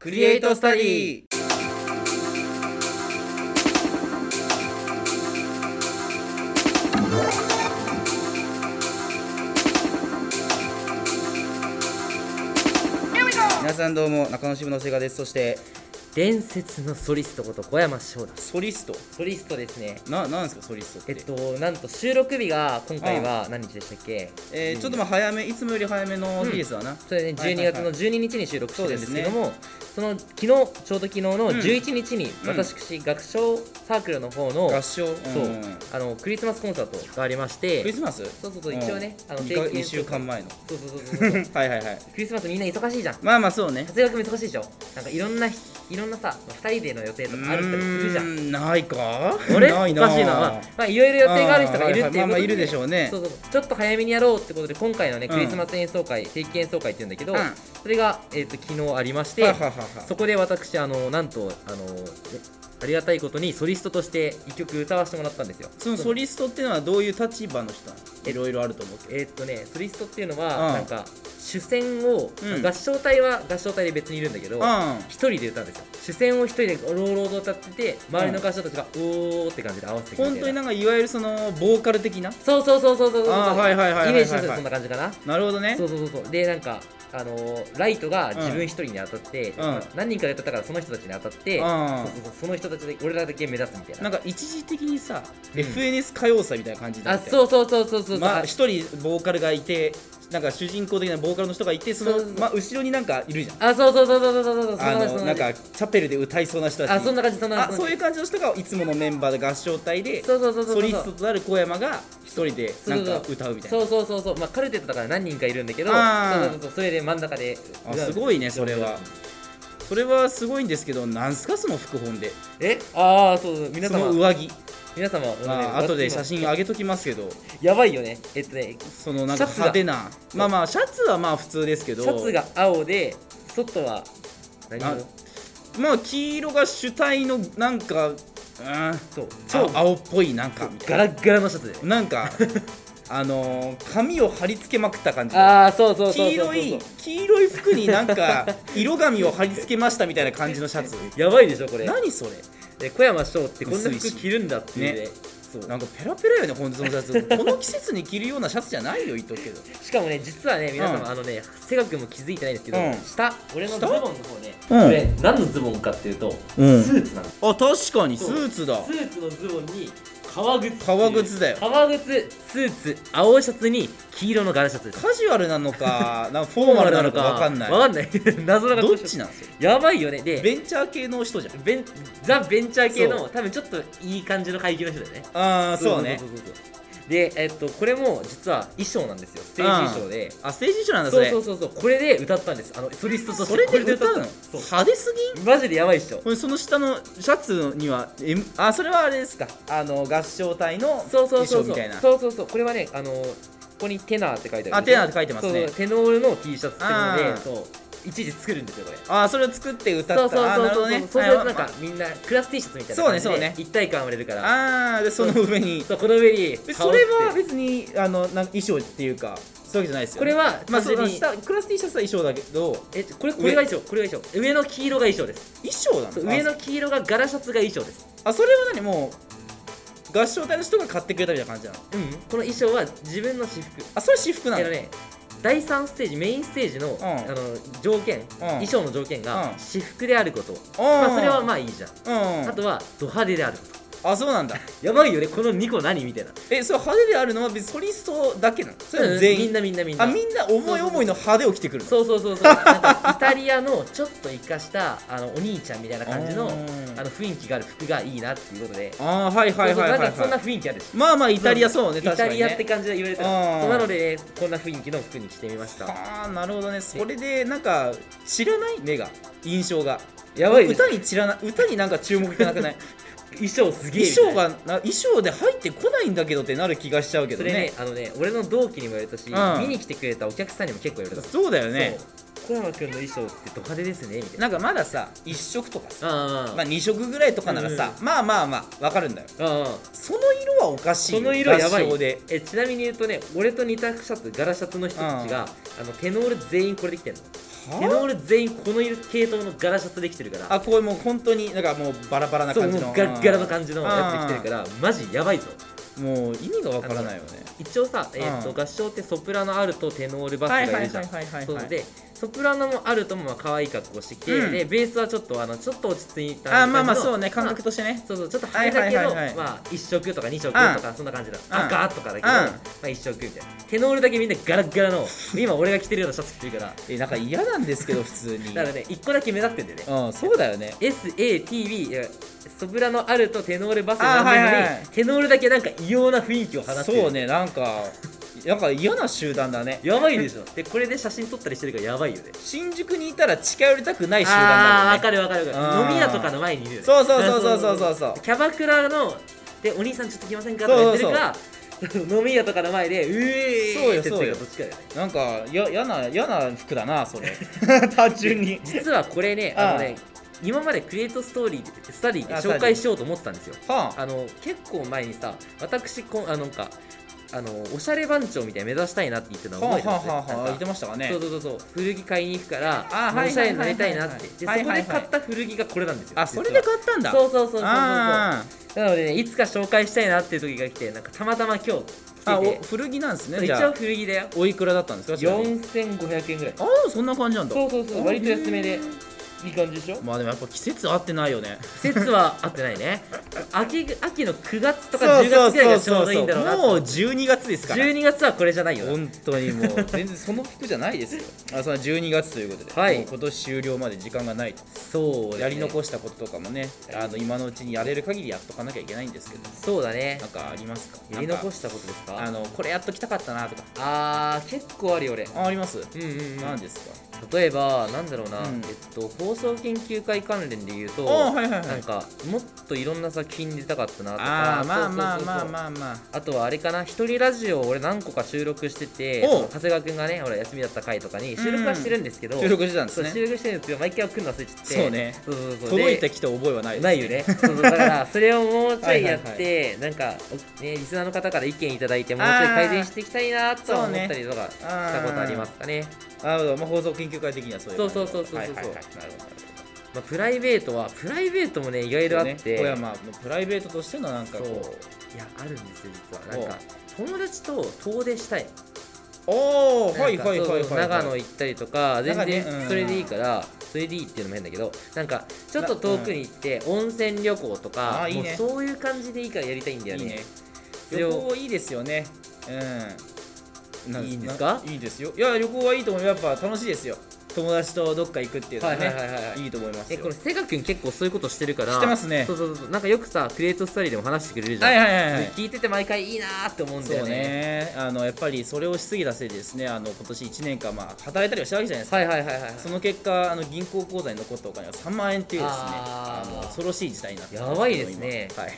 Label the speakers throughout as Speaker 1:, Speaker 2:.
Speaker 1: クリエイトスタディ皆さんどうも中野支部のセガですそして
Speaker 2: 伝説のソリストこと小山翔だ
Speaker 1: ソリスト
Speaker 2: ソリストですね
Speaker 1: ななんですかソリスト
Speaker 2: え
Speaker 1: って
Speaker 2: っとなんと収録日が今回は何日でしたっけ
Speaker 1: えーちょっとまあ早めいつもより早めの日ですわな、
Speaker 2: それね
Speaker 1: はいはい
Speaker 2: 12
Speaker 1: はい
Speaker 2: 月の12日に収録してるんですけども、その昨日ちょうど昨日の11日に
Speaker 1: ん
Speaker 2: 私、学唱サークルの方の、
Speaker 1: 合
Speaker 2: そ
Speaker 1: 唱、
Speaker 2: う
Speaker 1: うん
Speaker 2: あのクリスマスコンサートがありまし
Speaker 1: クリ
Speaker 2: て
Speaker 1: スマス
Speaker 2: そうそうそう一応ねあの
Speaker 1: 2, か
Speaker 2: 定期
Speaker 1: 二
Speaker 2: 演奏
Speaker 1: 週間前の
Speaker 2: そうそうそうそう そう
Speaker 1: はいはいはい
Speaker 2: クリスマスみんな忙しいじゃん
Speaker 1: まあまあそうね
Speaker 2: 活躍難しいでしょなんかいろんなひいろんなさ2人での予定とかある人もするじゃん
Speaker 1: うーんないか
Speaker 2: あれ
Speaker 1: ない
Speaker 2: お
Speaker 1: な
Speaker 2: かしいな、まあ、まあいろいろ予定がある人がいるっていうこと
Speaker 1: あー
Speaker 2: で、
Speaker 1: はいはいまあまあいるでしょうね
Speaker 2: そうそうちょっと早めにやろうってことで今回のね
Speaker 1: うん
Speaker 2: クリスマス演奏会、定期演奏会っていうんだけど、
Speaker 1: うん
Speaker 2: それが、えー、と昨日ありまして、
Speaker 1: はははは
Speaker 2: そこで私あのなんとあのえありがたいことにソリストとして一曲歌わせてもらったんですよ
Speaker 1: そのソリストっていうのはどういう立場の人なのいろいろあると思うけど
Speaker 2: えーっとねソリストっていうの
Speaker 1: う
Speaker 2: は
Speaker 1: ん
Speaker 2: なんか主戦を、
Speaker 1: うん
Speaker 2: 合唱隊は合唱隊で別にいるんだけど
Speaker 1: うん
Speaker 2: 一人で歌うんですよ主戦を一人でローローと歌ってて周りの合唱たちが「おー」って感じで合わせてくれて
Speaker 1: 本当になんかいわゆるそのボーカル的な
Speaker 2: そうそうそうそうそうそう
Speaker 1: あーはいはいはいはいはいはい
Speaker 2: イメージするとそんな感じかな
Speaker 1: なるほどね
Speaker 2: そうそうそうそうでなんかあのーライトが自分一人に当たって、
Speaker 1: うん
Speaker 2: 何人かで当たったからその人たちに当たって、
Speaker 1: うん
Speaker 2: そうそうそうその人たちで俺らだけ目指すみたい
Speaker 1: な
Speaker 2: な
Speaker 1: んか一時的にさ、
Speaker 2: うん
Speaker 1: FNS 歌謡祭みたいな感じにな
Speaker 2: あ
Speaker 1: って
Speaker 2: そうそうそうそうそう、
Speaker 1: まあ
Speaker 2: あ
Speaker 1: 一人ボーカルがいてなんか主人公的なボーカルの人がいてその
Speaker 2: そうそうそう
Speaker 1: まあ、後ろになんかいるじゃん
Speaker 2: あそうそうそうそうそうそうそう
Speaker 1: あの
Speaker 2: そん
Speaker 1: な
Speaker 2: なん感じ
Speaker 1: かチャペルで歌いそうな人たち
Speaker 2: あそんな感じそんな
Speaker 1: あ
Speaker 2: 感じ
Speaker 1: そういう感じの人がいつものメンバーで合唱隊で
Speaker 2: そうそうそうそう
Speaker 1: ソリストとなる小山が一人でなんか歌うみたいな
Speaker 2: そうそうそうそうまあカルテットだから何人かいるんだけどそう
Speaker 1: あー
Speaker 2: そうそうそうそれで真ん中で
Speaker 1: あすごいねそれはそれはすごいんですけどなんすかその副本で
Speaker 2: えああそうそう皆
Speaker 1: その
Speaker 2: 様
Speaker 1: 上着
Speaker 2: 皆様
Speaker 1: まあ
Speaker 2: うん
Speaker 1: 後で写真上げときますけど
Speaker 2: やばいよねえっとね
Speaker 1: そのなんか
Speaker 2: シャツ
Speaker 1: 派
Speaker 2: だ
Speaker 1: 手なまあまあシャツはまあ普通ですけど
Speaker 2: シャツが青で外は何
Speaker 1: あ
Speaker 2: 色
Speaker 1: まあ黄色が主体のなんかうん
Speaker 2: そう
Speaker 1: 超
Speaker 2: 超
Speaker 1: 青っぽいなんかみた
Speaker 2: ガ
Speaker 1: い
Speaker 2: ラッガラのシャツで
Speaker 1: ななん かあのー髪を貼り付けまくった感じ
Speaker 2: ああそうそうそうそう
Speaker 1: 黄色い黄色い服になん か色紙を貼り付けましたみたいな感じのシャツ
Speaker 2: やばいでしょこれ
Speaker 1: 何それ
Speaker 2: で小山翔ってこんな
Speaker 1: 薄い
Speaker 2: 服
Speaker 1: し
Speaker 2: 着るんだっていうね
Speaker 1: ね
Speaker 2: そう
Speaker 1: なんかペラペラよね本当そのシャツ この季節に着るようなシャツじゃないよ言っとくけど
Speaker 2: しかもね実はね皆様、
Speaker 1: うん
Speaker 2: あのね瀬川君も気づいてないんですけど、
Speaker 1: うん
Speaker 2: 下俺のズ
Speaker 1: 下
Speaker 2: ボンの方ね、
Speaker 1: うん
Speaker 2: これ何のズボンかっていうと、
Speaker 1: うん
Speaker 2: スーツなの
Speaker 1: あ確かにス
Speaker 2: そう
Speaker 1: ーツだ
Speaker 2: スーツのズボンに革靴っていう
Speaker 1: 革靴だよ
Speaker 2: 革靴スーツ青シャツに黄色の柄シャツです
Speaker 1: カジュアルなの かなんかフォーマルなのか分かんない
Speaker 2: わかんない 謎の
Speaker 1: どっちなんですよ
Speaker 2: やばいよねで
Speaker 1: ベンチャー系の人じゃん
Speaker 2: ベンザ・ベンチャー系
Speaker 1: そ
Speaker 2: の多分ちょっといい感じの階級の人だよね
Speaker 1: ああそうね
Speaker 2: そうそうそうそうでえっとこれも実は衣装なんですよステージ衣装で
Speaker 1: あステージ衣装なんだそ
Speaker 2: そう
Speaker 1: れ
Speaker 2: そうそうそうこれで歌ったんですあのソリストとして
Speaker 1: それ
Speaker 2: こ
Speaker 1: で歌うの
Speaker 2: ったそう
Speaker 1: 派手すぎん
Speaker 2: マジでやばいっしょ
Speaker 1: これその下のシャツには、M、あそれはあれですかあの合唱隊の
Speaker 2: そう
Speaker 1: 衣
Speaker 2: そ
Speaker 1: 装
Speaker 2: うそうそ
Speaker 1: み
Speaker 2: う
Speaker 1: たいな
Speaker 2: そうそうそうこれはねあのここにテナーって書いてある
Speaker 1: あテナーって書いてますね
Speaker 2: そうそうテノールの T シャツっていう
Speaker 1: あー
Speaker 2: のでそう一時作るんですよこれ
Speaker 1: ああそれを作って歌った
Speaker 2: そうそう
Speaker 1: あー
Speaker 2: そう
Speaker 1: なるほ
Speaker 2: そう
Speaker 1: どね
Speaker 2: そうすると
Speaker 1: あ
Speaker 2: なんかみんなクラス T シャツみたいな
Speaker 1: そうね
Speaker 2: 感じで
Speaker 1: そうね
Speaker 2: 一体感生まれるから
Speaker 1: あーでその上に
Speaker 2: そうこの上に
Speaker 1: え
Speaker 2: 羽
Speaker 1: そ
Speaker 2: 織っ
Speaker 1: れ
Speaker 2: て
Speaker 1: は別にあのなんか衣装っていうかそういうわけじゃないですよ、
Speaker 2: これ
Speaker 1: ね、
Speaker 2: は
Speaker 1: まあそ
Speaker 2: 単純
Speaker 1: の
Speaker 2: に
Speaker 1: 下クラス T シャツは衣装だけど
Speaker 2: えこれこれが衣装これが衣装上の黄色が衣装です
Speaker 1: 衣装な
Speaker 2: そう
Speaker 1: の
Speaker 2: 上の黄色が柄シャツが衣装です
Speaker 1: あそれは何もう合唱隊の人が買ってくれたみたいな感じなの
Speaker 2: うんこの衣装は自分の私服
Speaker 1: あそれ私服な
Speaker 2: あ
Speaker 1: の、
Speaker 2: のね第3ステージメインステージの,、
Speaker 1: ん
Speaker 2: あの条件、衣装の条件が、
Speaker 1: うん
Speaker 2: 私服であること、
Speaker 1: あ
Speaker 2: まあ、それは
Speaker 1: ま
Speaker 2: まあいいじゃん、
Speaker 1: あうん
Speaker 2: あとはド派手であること
Speaker 1: あそうなんだ
Speaker 2: やばいよねこの2個何みたいな
Speaker 1: えそれ派手であるのは別にソリストだけなのそれは
Speaker 2: うん
Speaker 1: 全
Speaker 2: み
Speaker 1: 員、
Speaker 2: んなみんなみんな
Speaker 1: あみんな思い思いの派手を着てくるの
Speaker 2: そうそうそうそうなんかイタリアのちょっと生かしたあのお兄ちゃんみたいな感じ
Speaker 1: う
Speaker 2: の
Speaker 1: ん
Speaker 2: あの雰囲気がある服がいいなっていうことで、
Speaker 1: あーはいはいはいはい、
Speaker 2: そうそうなんかそんな
Speaker 1: はい、
Speaker 2: 雰囲気あるし
Speaker 1: まあまあイタリアそうね
Speaker 2: イ
Speaker 1: 確か
Speaker 2: タ
Speaker 1: に、ね、
Speaker 2: リアって感じで言われたら
Speaker 1: うん
Speaker 2: そうなのでねこんな雰囲気の服にしてみました
Speaker 1: ああなるほどねそれでなんか知らない目が印象が
Speaker 2: やばいね
Speaker 1: 歌に散らな歌になんか注目いかな くない
Speaker 2: 衣装すげえ
Speaker 1: 衣
Speaker 2: みたいな
Speaker 1: 装がな衣装で入ってこないんだけどってなる気がしちゃうけ
Speaker 2: そ
Speaker 1: ど
Speaker 2: れね
Speaker 1: ね
Speaker 2: あのね俺の同期にも言われた
Speaker 1: う
Speaker 2: し、
Speaker 1: ん
Speaker 2: 見に来てくれたお客さんにも結構言われた
Speaker 1: そうだよね
Speaker 2: そう小山君の衣装ってド派手ですねみたいな
Speaker 1: なんかまださ1色とかさ
Speaker 2: あ
Speaker 1: まあ2色ぐらいとかならさ、まあまあまあわかるんだよ
Speaker 2: あああ
Speaker 1: その色はおかしいよ
Speaker 2: その色やば
Speaker 1: 合唱
Speaker 2: い
Speaker 1: で
Speaker 2: えちなみに言うとね俺と似たシャツ柄シャツの人たちが、あのテノール全員これできてんの
Speaker 1: あ
Speaker 2: テノール全員この系統の柄シャツできてるから
Speaker 1: あこれもう本当になんかもうバラバラな
Speaker 2: そう
Speaker 1: 感じ
Speaker 2: も
Speaker 1: の
Speaker 2: うガラッガラの感じのやつできてるからマジやばいぞ
Speaker 1: らもう意味がわからないよね
Speaker 2: 一応さ、えー、と
Speaker 1: うん
Speaker 2: 合唱ってソプラノアルトテノールバスが
Speaker 1: はいいは
Speaker 2: る
Speaker 1: い
Speaker 2: じゃ
Speaker 1: は
Speaker 2: ん
Speaker 1: いはいはい
Speaker 2: そう
Speaker 1: はい
Speaker 2: でソプラノもアルトもまあ可愛い格好してきて、
Speaker 1: うん
Speaker 2: でベースはちょっとあのちょっと落ち着いた
Speaker 1: あ
Speaker 2: 感じの
Speaker 1: まあまあそうね感覚としてね
Speaker 2: そうそうちょっと早だけ
Speaker 1: はいはい
Speaker 2: ど、
Speaker 1: はいはい
Speaker 2: まあ一色とか二色とかそんな感じだ、赤とかだ
Speaker 1: う
Speaker 2: けど、
Speaker 1: ん
Speaker 2: まあ一色みたいなテノールだけみんなガラッガラの今俺が着てるようなシャツ着てるから
Speaker 1: えなんか嫌なんですけど普通に
Speaker 2: だからね一個だけ目立ってんだよね
Speaker 1: うんそうだよね
Speaker 2: SATB いやソプラノアルトテノールバス
Speaker 1: あー
Speaker 2: なんでのに、
Speaker 1: はいはいはい
Speaker 2: テノールだけなんか異様な雰囲気を放ってる
Speaker 1: そうねなんかなんか嫌な集団だね
Speaker 2: やばいでしょでこれで写真撮ったりしてるからやばいよね
Speaker 1: 新宿にいたら近寄りたくない集団
Speaker 2: ああーわ
Speaker 1: だ
Speaker 2: か
Speaker 1: よね
Speaker 2: るわかるわか
Speaker 1: う
Speaker 2: る
Speaker 1: ん
Speaker 2: 飲み屋とかの前にいるよね
Speaker 1: そうそうそうそうそうそうそう
Speaker 2: キャバクラのでお兄さんちょっと来ませんかとか言ってるか 飲み屋とかの前でう
Speaker 1: そう
Speaker 2: えー
Speaker 1: よ
Speaker 2: って
Speaker 1: そうよ
Speaker 2: どっちかだよね
Speaker 1: なんかや嫌な嫌な服だな それ単純に
Speaker 2: 実はこれね
Speaker 1: ああ
Speaker 2: あのね今までクリエイトストーリースタディで
Speaker 1: あ
Speaker 2: 紹介しようと思ってたんですよ
Speaker 1: はあ
Speaker 2: あの結構前にさ私こんあのなんかあのおしゃれ番長みたいな目指したいなって言ってたの
Speaker 1: はあ
Speaker 2: 覚え
Speaker 1: は
Speaker 2: てます
Speaker 1: あはあはあ
Speaker 2: な
Speaker 1: 言ってましたかね
Speaker 2: んかそうそうそうそう古着買いに行くから
Speaker 1: あはいはいはいはいはい
Speaker 2: おしゃれになりたいなってでそ
Speaker 1: はい
Speaker 2: こ
Speaker 1: はいはい
Speaker 2: で買った古着がこれなんですよ
Speaker 1: あそれで
Speaker 2: 実は
Speaker 1: 買ったんだ
Speaker 2: そうそうそうそうそうそう
Speaker 1: あ
Speaker 2: なのでね、いつか紹介したいなっていう時が来て、なんかたまたま今日来て
Speaker 1: ーあお
Speaker 2: て
Speaker 1: 古着なんです
Speaker 2: そう、
Speaker 1: ねじ
Speaker 2: 一
Speaker 1: ゃ
Speaker 2: 応
Speaker 1: あ
Speaker 2: 古着だよ。
Speaker 1: おいくらだったんですかちなみに
Speaker 2: 4500円ぐらい。
Speaker 1: ああそんな感じなんだ
Speaker 2: そうそうそう、割と安めで、いい感じでしょ
Speaker 1: まあでもやっぱ季節合ってないよね
Speaker 2: 季節は合ってないね。秋ぐ秋の9月とか10月ぐらいがちょうどいいんだろうなと
Speaker 1: も
Speaker 2: 思
Speaker 1: う
Speaker 2: う。
Speaker 1: 12月ですから
Speaker 2: 12月はこれじゃないよな。
Speaker 1: 本当にもう全然その服じゃないですよ あその12月ということで、
Speaker 2: はい
Speaker 1: もう今年終了まで時間がないと
Speaker 2: そう
Speaker 1: やり
Speaker 2: し
Speaker 1: 残したこととかもねあの今のうちにやれる限りやっとかなきゃいけないんですけど
Speaker 2: そうだね
Speaker 1: な。んかありますか
Speaker 2: やり残
Speaker 1: し
Speaker 2: したことです
Speaker 1: あ
Speaker 2: か
Speaker 1: のこれやっときたかったなとか
Speaker 2: あー、結構あるよ、俺。
Speaker 1: ああります
Speaker 2: うんうんうん。
Speaker 1: 何ですか
Speaker 2: 例えば、なんだろうな、
Speaker 1: うん
Speaker 2: えっと、放送研究会関連で言うと、
Speaker 1: いはい
Speaker 2: なんかもっといろんな作品に出たかったなとか
Speaker 1: ああまあまあ
Speaker 2: そうそうそうそう
Speaker 1: まあまあまあ
Speaker 2: あとはあれかな一人ラジオを俺何個か収録して
Speaker 1: お
Speaker 2: て
Speaker 1: う
Speaker 2: その長谷川君がね俺休みだった回とかに収録はしてるんですけど、
Speaker 1: 収録してたんです
Speaker 2: そう
Speaker 1: ね
Speaker 2: 収録してるんですけど毎回送るの忘れちゃって
Speaker 1: そうね
Speaker 2: そうそうそう
Speaker 1: 届いて
Speaker 2: で
Speaker 1: きた覚えはないです
Speaker 2: ないよねそうそうだ からそれをもうちょいや
Speaker 1: はいは
Speaker 2: ってなんか、おね、リスナーの方から意見いただいてもうちょい改善していきたいなとは思ったりとかしたことありますかね
Speaker 1: あなるほど、まあ、放送研究会的にはそういう感じ
Speaker 2: そうそうそうそうそう
Speaker 1: はいはいはいなるほどなるほど
Speaker 2: まあ、プライベートはプライベートもね意外とあって、
Speaker 1: そうね、富山のプライベートとしてのなんか
Speaker 2: そう
Speaker 1: こ
Speaker 2: いやあるんですよ実はなんか友達と遠出したいう
Speaker 1: おお
Speaker 2: なんかそうそう長野
Speaker 1: 行
Speaker 2: 行ったりとか全
Speaker 1: 長野ね
Speaker 2: 然
Speaker 1: うん
Speaker 2: それでいいからそれでいいっていうのも変だけどなんかちょっと遠くに行って温泉旅行とか
Speaker 1: あいい
Speaker 2: もう
Speaker 1: ね
Speaker 2: そういう感じでいいからやりたいんだよ
Speaker 1: いいね
Speaker 2: ね
Speaker 1: 旅行いいですよねうんない
Speaker 2: いんですか
Speaker 1: ないいですよいや旅行はいいと思うやっぱ楽しいですよ友達とどっか行くっていうのはね、
Speaker 2: はいはいはいはい
Speaker 1: いと思います
Speaker 2: え
Speaker 1: よ
Speaker 2: これセガ君結構そういうことしてるから
Speaker 1: してますね
Speaker 2: そうそうそうなんかよくさクリエイトスタイルでも話してくれるじゃん
Speaker 1: はいはいはいはい
Speaker 2: で聞いてて毎回いいなーって思うん
Speaker 1: そ
Speaker 2: だよ
Speaker 1: う
Speaker 2: ね
Speaker 1: ねあのやっぱりそれをしすぎたせいでですねあの今年1年間、まあ、働いたりはしたわけじゃないですか、
Speaker 2: はいはいはいはい
Speaker 1: その結果あの銀行口座に残ったお金は3万円っていうですねあ
Speaker 2: あー
Speaker 1: の恐ろしい時代になってます
Speaker 2: やばいですね
Speaker 1: 今はい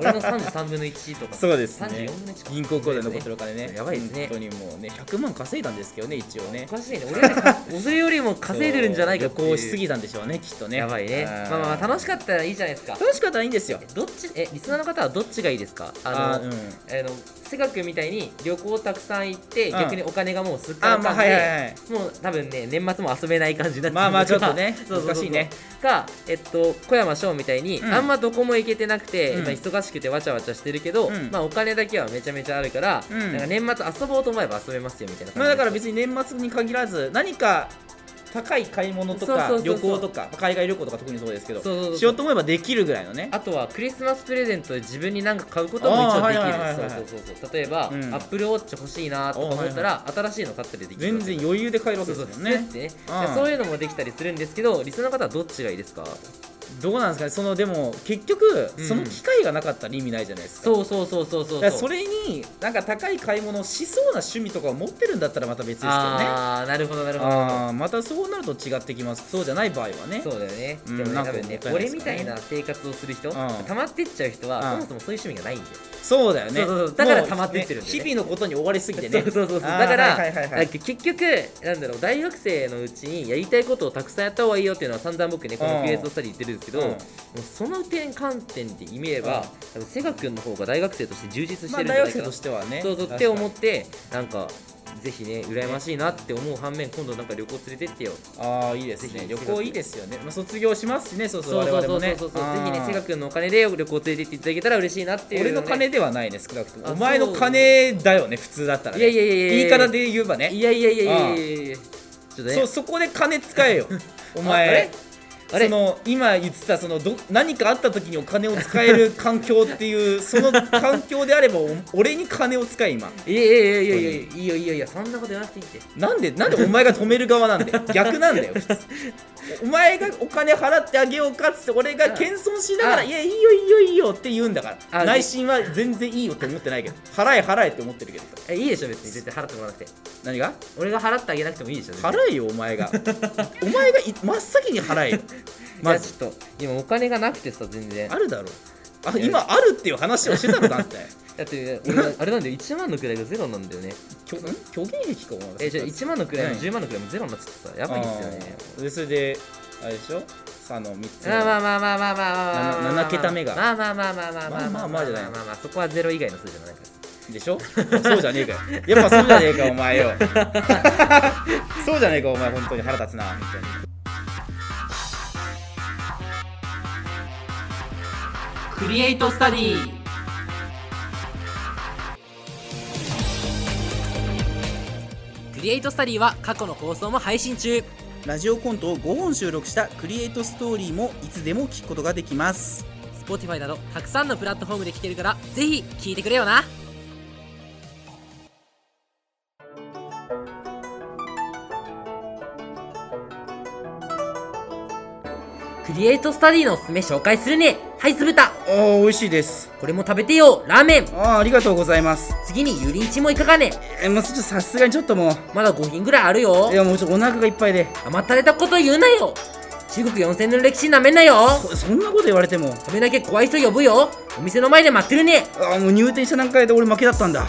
Speaker 2: 俺の33分の1とか
Speaker 1: そうですね
Speaker 2: 34分の1か
Speaker 1: 銀行口座に残ってるお金ね
Speaker 2: やばいですね
Speaker 1: 本当にもうね100万稼いだんですけどね一応ね
Speaker 2: おかしいね俺ら かそれよりも稼いでるんじゃないかって
Speaker 1: 旅
Speaker 2: い
Speaker 1: 行
Speaker 2: う
Speaker 1: しすぎたんでしょうねきっとね
Speaker 2: やばいね
Speaker 1: あー
Speaker 2: まあまあまあ楽しかったらいいじゃないですか
Speaker 1: 楽しかったらいいんですよ
Speaker 2: どっちえリスナーの方はどっちがいいですかあの
Speaker 1: あーうん
Speaker 2: あのセガ君みたいに旅行たくさん行って、
Speaker 1: うん
Speaker 2: 逆にお金がもうすっか
Speaker 1: あ
Speaker 2: ら
Speaker 1: ま
Speaker 2: か
Speaker 1: あ
Speaker 2: ん
Speaker 1: はいはい
Speaker 2: で
Speaker 1: はい
Speaker 2: もう多分ね年末も遊べない感じになって
Speaker 1: まあまあちょっと
Speaker 2: ね
Speaker 1: ね難しいね
Speaker 2: かえっと小山翔みたいに、
Speaker 1: うん
Speaker 2: あんまどこも行けてなくて、
Speaker 1: うん
Speaker 2: 今忙しくてわちゃわちゃしてるけど、
Speaker 1: うん
Speaker 2: まあお金だけはめちゃめちゃあるから、
Speaker 1: うん
Speaker 2: なんか年末遊ぼうと思えば遊べますよみたいな感じ
Speaker 1: まあだから別に年末に限らず何か高い買い物とか
Speaker 2: そうそうそう
Speaker 1: 旅
Speaker 2: そう
Speaker 1: 行とか海外旅行とか特にそうですけど
Speaker 2: そうそうそう
Speaker 1: しようと思えばできるぐらいのね
Speaker 2: あとはクリスマスプレゼントで自分に何か買うことも一
Speaker 1: あー
Speaker 2: 応
Speaker 1: は
Speaker 2: で
Speaker 1: い
Speaker 2: き
Speaker 1: はいはいはい
Speaker 2: るそうそうそうそう例えば、
Speaker 1: うん
Speaker 2: AppleWatch 欲しいなとか思ったら、新しいの買ったりできる
Speaker 1: 全然余裕で買えるわ
Speaker 2: そ
Speaker 1: け
Speaker 2: う
Speaker 1: で
Speaker 2: そう
Speaker 1: す
Speaker 2: そ
Speaker 1: も
Speaker 2: うん
Speaker 1: ね
Speaker 2: ねってね、
Speaker 1: うん
Speaker 2: そういうのもできたりするんですけどリスナーの方はどっちがいいですか
Speaker 1: どうなんですかねそのでも結局
Speaker 2: うん
Speaker 1: その機会がなかったら意味ないじゃないですか
Speaker 2: そうそうそうそうそう
Speaker 1: だからそれになんか高い買い物をしそうな趣味とかを持ってるんだったらまた別ですけどね
Speaker 2: ああなるほどなるほど
Speaker 1: あーまたそうなると違ってきますそうじゃない場合はね
Speaker 2: そうだよね、
Speaker 1: うん
Speaker 2: でも
Speaker 1: な
Speaker 2: ね
Speaker 1: んか
Speaker 2: 多分ね
Speaker 1: もったいないで
Speaker 2: 俺
Speaker 1: す
Speaker 2: み
Speaker 1: か
Speaker 2: た
Speaker 1: らね
Speaker 2: いな生活をする人、
Speaker 1: ん
Speaker 2: 溜まってっちゃう人は、
Speaker 1: うん
Speaker 2: そもそもそういう趣味がないんだよ
Speaker 1: そうだよね
Speaker 2: そうそうそうだから溜まってってるんだよね
Speaker 1: もうね日々のことに追われすぎてね
Speaker 2: そうそうそうそう
Speaker 1: あー
Speaker 2: だから、
Speaker 1: はいはいはいは
Speaker 2: なん
Speaker 1: い
Speaker 2: か結局なんだろう大学生のうちにやりたいことをたくさんやった方がいいよっていうのは散々僕ねこ
Speaker 1: うん
Speaker 2: のクリエイトスタディ言ってるんですけど、
Speaker 1: うん
Speaker 2: もうその点観点で見れ
Speaker 1: う
Speaker 2: ば、
Speaker 1: ん
Speaker 2: 多分セガ君の方が大学生として充実し
Speaker 1: ま
Speaker 2: てる
Speaker 1: あ
Speaker 2: んじゃ
Speaker 1: 大学
Speaker 2: ないか
Speaker 1: 生
Speaker 2: な、
Speaker 1: としてはね
Speaker 2: そうそうって思
Speaker 1: 確
Speaker 2: ってなんかぜひね羨ましいなって思う反面今度なんか旅行連れてってよ
Speaker 1: ああいいです
Speaker 2: ぜ
Speaker 1: ね
Speaker 2: ひ
Speaker 1: 旅行いいですよね、まあ、卒業しますしねそうそう
Speaker 2: そう
Speaker 1: 我
Speaker 2: そ
Speaker 1: 々も
Speaker 2: うそうそ
Speaker 1: ね
Speaker 2: うそうぜひね
Speaker 1: あー
Speaker 2: せがくんのお金で旅行連れてっていただけたら嬉しいなっていう、ね、
Speaker 1: 俺の金ではないね少なくとも
Speaker 2: あ
Speaker 1: お前の金だよね普通だったら、
Speaker 2: い
Speaker 1: ね、
Speaker 2: やいやいやいや
Speaker 1: 言い方で言えばね
Speaker 2: いやいやいやいやいやいやいやちょっとね
Speaker 1: そうそこで金使えよお
Speaker 2: ああれ
Speaker 1: 前
Speaker 2: あれ
Speaker 1: その今言ってたそのど何かあった時にお金を使え る環境っていうその環境であればお俺に金を使え今
Speaker 2: いやいやいやいやいやいいよいいよいやそんなこと言わなくていいって
Speaker 1: なんでなんでお前が止める側なん だよ逆なんだよ普通お前がお金払ってあげようかっつって俺が謙遜しながら「
Speaker 2: あ
Speaker 1: いやいいよいいよいいよ」って言うんだか
Speaker 2: あ
Speaker 1: ら内心は全然いいよと思ってないけど払え払えって思ってるけど
Speaker 2: えいいでしょ別に絶対払ってもらわなくて
Speaker 1: 何が
Speaker 2: 俺が払ってあげなくてもいいでしょ別に
Speaker 1: 払えよお前がお前がい真っ先に払え よ
Speaker 2: い
Speaker 1: ま
Speaker 2: や
Speaker 1: ず
Speaker 2: ちょっと今お金がなくてさ全然
Speaker 1: あるだろうあ
Speaker 2: いや
Speaker 1: 今あるっていう話をしてたのだ って
Speaker 2: だって俺はあれなんだよ1万の位がゼロなんだよね
Speaker 1: 虚ん虚言癖かお前
Speaker 2: えじゃあ1万の位も
Speaker 1: うん
Speaker 2: 10万の位もゼロになっちゃってさやばいんですよね
Speaker 1: あーでそれであれでしょあの3つ
Speaker 2: まあまあまあまあまあまあまあまあ
Speaker 1: なな7桁目が
Speaker 2: まあまあまあまあま
Speaker 1: ま
Speaker 2: あ
Speaker 1: あまあまあじゃない
Speaker 2: まあまあまあそこはゼロ以外の数じゃないか
Speaker 1: でしょそうじゃねえかよやっぱそうじゃねえかお前 よそうじゃねえかお前本当に腹立つな本当に
Speaker 2: クリエイトスタディクリエイトスタディは過去の放送も配信中
Speaker 1: ラジオコントを5本収録したクリエイトストーリーもいつでも聞くことができます
Speaker 2: Spotify などたくさんのプラットフォームで聴けるからぜひ聴いてくれよなクリエイトスタディのおすすめ紹介するねはい酢豚
Speaker 1: あー美味しいです
Speaker 2: これも食べてよラーメン
Speaker 1: あーありがとうございます
Speaker 2: 次にゆりんちもいかがね
Speaker 1: えーもうちょっとさすがにちょっとも
Speaker 2: まだ5品ぐらいあるよ
Speaker 1: ういやもうちょっとお腹がいっぱいで
Speaker 2: 甘ったれたこと言うなよ中国4000年の歴史なめんなよ
Speaker 1: こそんなこと言われても
Speaker 2: 食べなきゃ怖い人呼ぶよお店の前で待ってるね
Speaker 1: あーもう入店した段階で俺負けだったんだ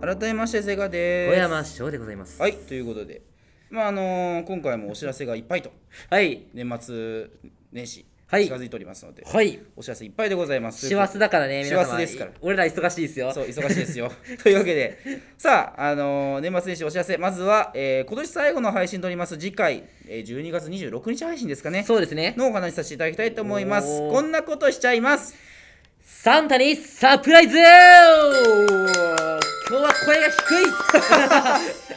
Speaker 1: 改めましてセガです
Speaker 2: 小山翔でございます
Speaker 1: はいということでまああのー今回もお知らせがいっぱいと
Speaker 2: はい
Speaker 1: 年末年始
Speaker 2: はい
Speaker 1: 近づいておりますので、
Speaker 2: はい
Speaker 1: お知らせいっぱいでございます。
Speaker 2: 師走だからね
Speaker 1: 師
Speaker 2: 皆
Speaker 1: 走
Speaker 2: 様
Speaker 1: ですから
Speaker 2: 俺ら忙しいですよ
Speaker 1: そう忙しいですよ。 というわけでさあ、あのー年末年始お知らせまずは、えー今年最後の配信となります次回、えー12月26日配信ですかね
Speaker 2: そうですね
Speaker 1: のお話しさせていただきたいと思います
Speaker 2: おー
Speaker 1: こんなことしちゃいます
Speaker 2: サンタにサプライズ今日は声が低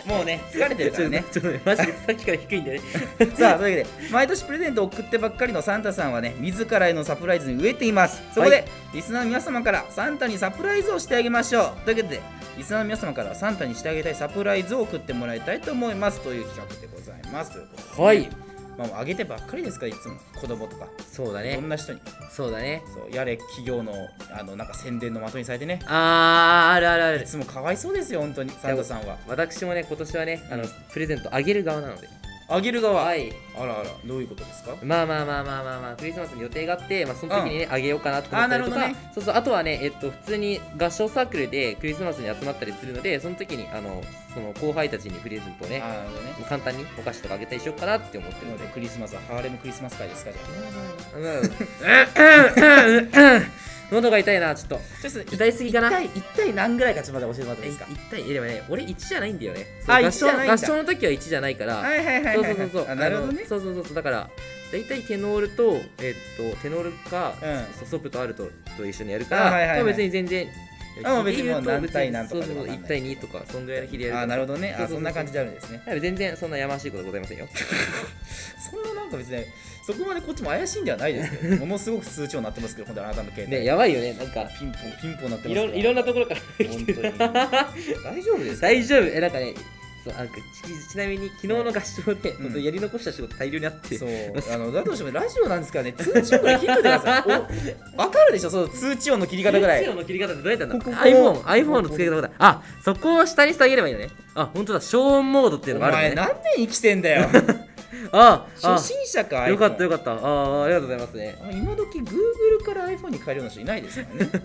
Speaker 2: いもうね
Speaker 1: 疲れてるから ね
Speaker 2: ちょっとねマジでさっきから低いんだよね
Speaker 1: さあというわけで毎年プレゼントを送ってばっかりのサンタさんはね自らへのサプライズに飢えていますそこで、
Speaker 2: はい
Speaker 1: リスナーの皆様からサンタにサプライズをしてあげましょうということでリスナーの皆様からサンタにしてあげたいサプライズを送ってもらいたいと思いますという企画でございますということで
Speaker 2: はい
Speaker 1: まあもうあげてばっかりですからいつも子供とか
Speaker 2: そうだ
Speaker 1: ど
Speaker 2: ね
Speaker 1: んな人に
Speaker 2: そうだね
Speaker 1: そうやれ企業のあのなんか宣伝の的にされてね
Speaker 2: あーあるあるあ
Speaker 1: い
Speaker 2: る
Speaker 1: つもかわいそうですよ本当にサンタさんは
Speaker 2: 私もね今年はねあのプレゼントあげる側なので
Speaker 1: あげる側、
Speaker 2: はい
Speaker 1: あらあらどういうことですか
Speaker 2: まあまあまあまあまあまあクリスマスに予定があって、まあ、その時にね、あげようかなとか思ったりと
Speaker 1: あーな
Speaker 2: か、
Speaker 1: るほど
Speaker 2: そうそうあとはねえっと普通に合唱サークルでクリスマスに集まったりするのでその時にあのその後輩たちにプレゼントを
Speaker 1: あ
Speaker 2: ね
Speaker 1: なるほどね
Speaker 2: 簡単にお菓子とかあげたりしようかなって思ってる
Speaker 1: な
Speaker 2: の
Speaker 1: の
Speaker 2: で
Speaker 1: でクリスマスはハーレムクリスマス会ですかじゃあ
Speaker 2: 喉が痛いなちょっと
Speaker 1: ちょっと
Speaker 2: 歌いすぎかな
Speaker 1: 一体一体何ぐらいかちょっとまで教えてもらってい
Speaker 2: え
Speaker 1: いですか
Speaker 2: 痛いえでもね俺1じゃないんだよね
Speaker 1: あ
Speaker 2: そ
Speaker 1: 1じ
Speaker 2: う合
Speaker 1: ゃないん
Speaker 2: 唱
Speaker 1: だ
Speaker 2: 合唱の時は1じゃないから
Speaker 1: いはいは
Speaker 2: そうそうそうそう
Speaker 1: あなるほどね
Speaker 2: あのそうそうそうそうだから大体テノールとえっとテノールか、
Speaker 1: うん
Speaker 2: ソソプとアルトと一緒にやるか
Speaker 1: あはいはいは
Speaker 2: ら
Speaker 1: い
Speaker 2: 多分別に全然
Speaker 1: あもう別にもう
Speaker 2: 比で言う
Speaker 1: 何対何とか
Speaker 2: そうそ
Speaker 1: で
Speaker 2: うそう
Speaker 1: わかん
Speaker 2: 1
Speaker 1: ない
Speaker 2: 対2とかそんぐらいの比でや
Speaker 1: あ
Speaker 2: るから
Speaker 1: なるほどね
Speaker 2: そう
Speaker 1: あ
Speaker 2: そうそう
Speaker 1: そんな感じであるんですね
Speaker 2: だから全然そんなやましいことございません よ
Speaker 1: そんななんか別にそこまでこっちも怪しいんではないですけどものすごく通知になってますけど本当にあなたの携帯、
Speaker 2: ねやばいよねなんか
Speaker 1: ピンポンピンポンなって
Speaker 2: い
Speaker 1: ます
Speaker 2: ろ
Speaker 1: から
Speaker 2: いろんなところから来てる
Speaker 1: 本大丈夫ですか
Speaker 2: 大丈夫えなんかねそうなんかちちなみに昨日の合唱で、
Speaker 1: ん
Speaker 2: 本当やり残した仕事大量にあって
Speaker 1: そうあのだとしてもラジオなんですからね通知音の切ってください おわかるでしょその通知音の切り方ぐらい
Speaker 2: 通知音の切り方ってどうやったんだ
Speaker 1: ここ
Speaker 2: iPhone, iPhone の付け方だあそこを下にしてあげればいいのねあ本当だ消音モードっていう
Speaker 1: お
Speaker 2: のがあるの
Speaker 1: 前
Speaker 2: ね
Speaker 1: 何年生きてんだよ
Speaker 2: ああ
Speaker 1: 初心者か
Speaker 2: よかったよ
Speaker 1: かっ
Speaker 2: かったああありがとうございますね
Speaker 1: た今時 Google から iPhone に変えるような人いないです からねも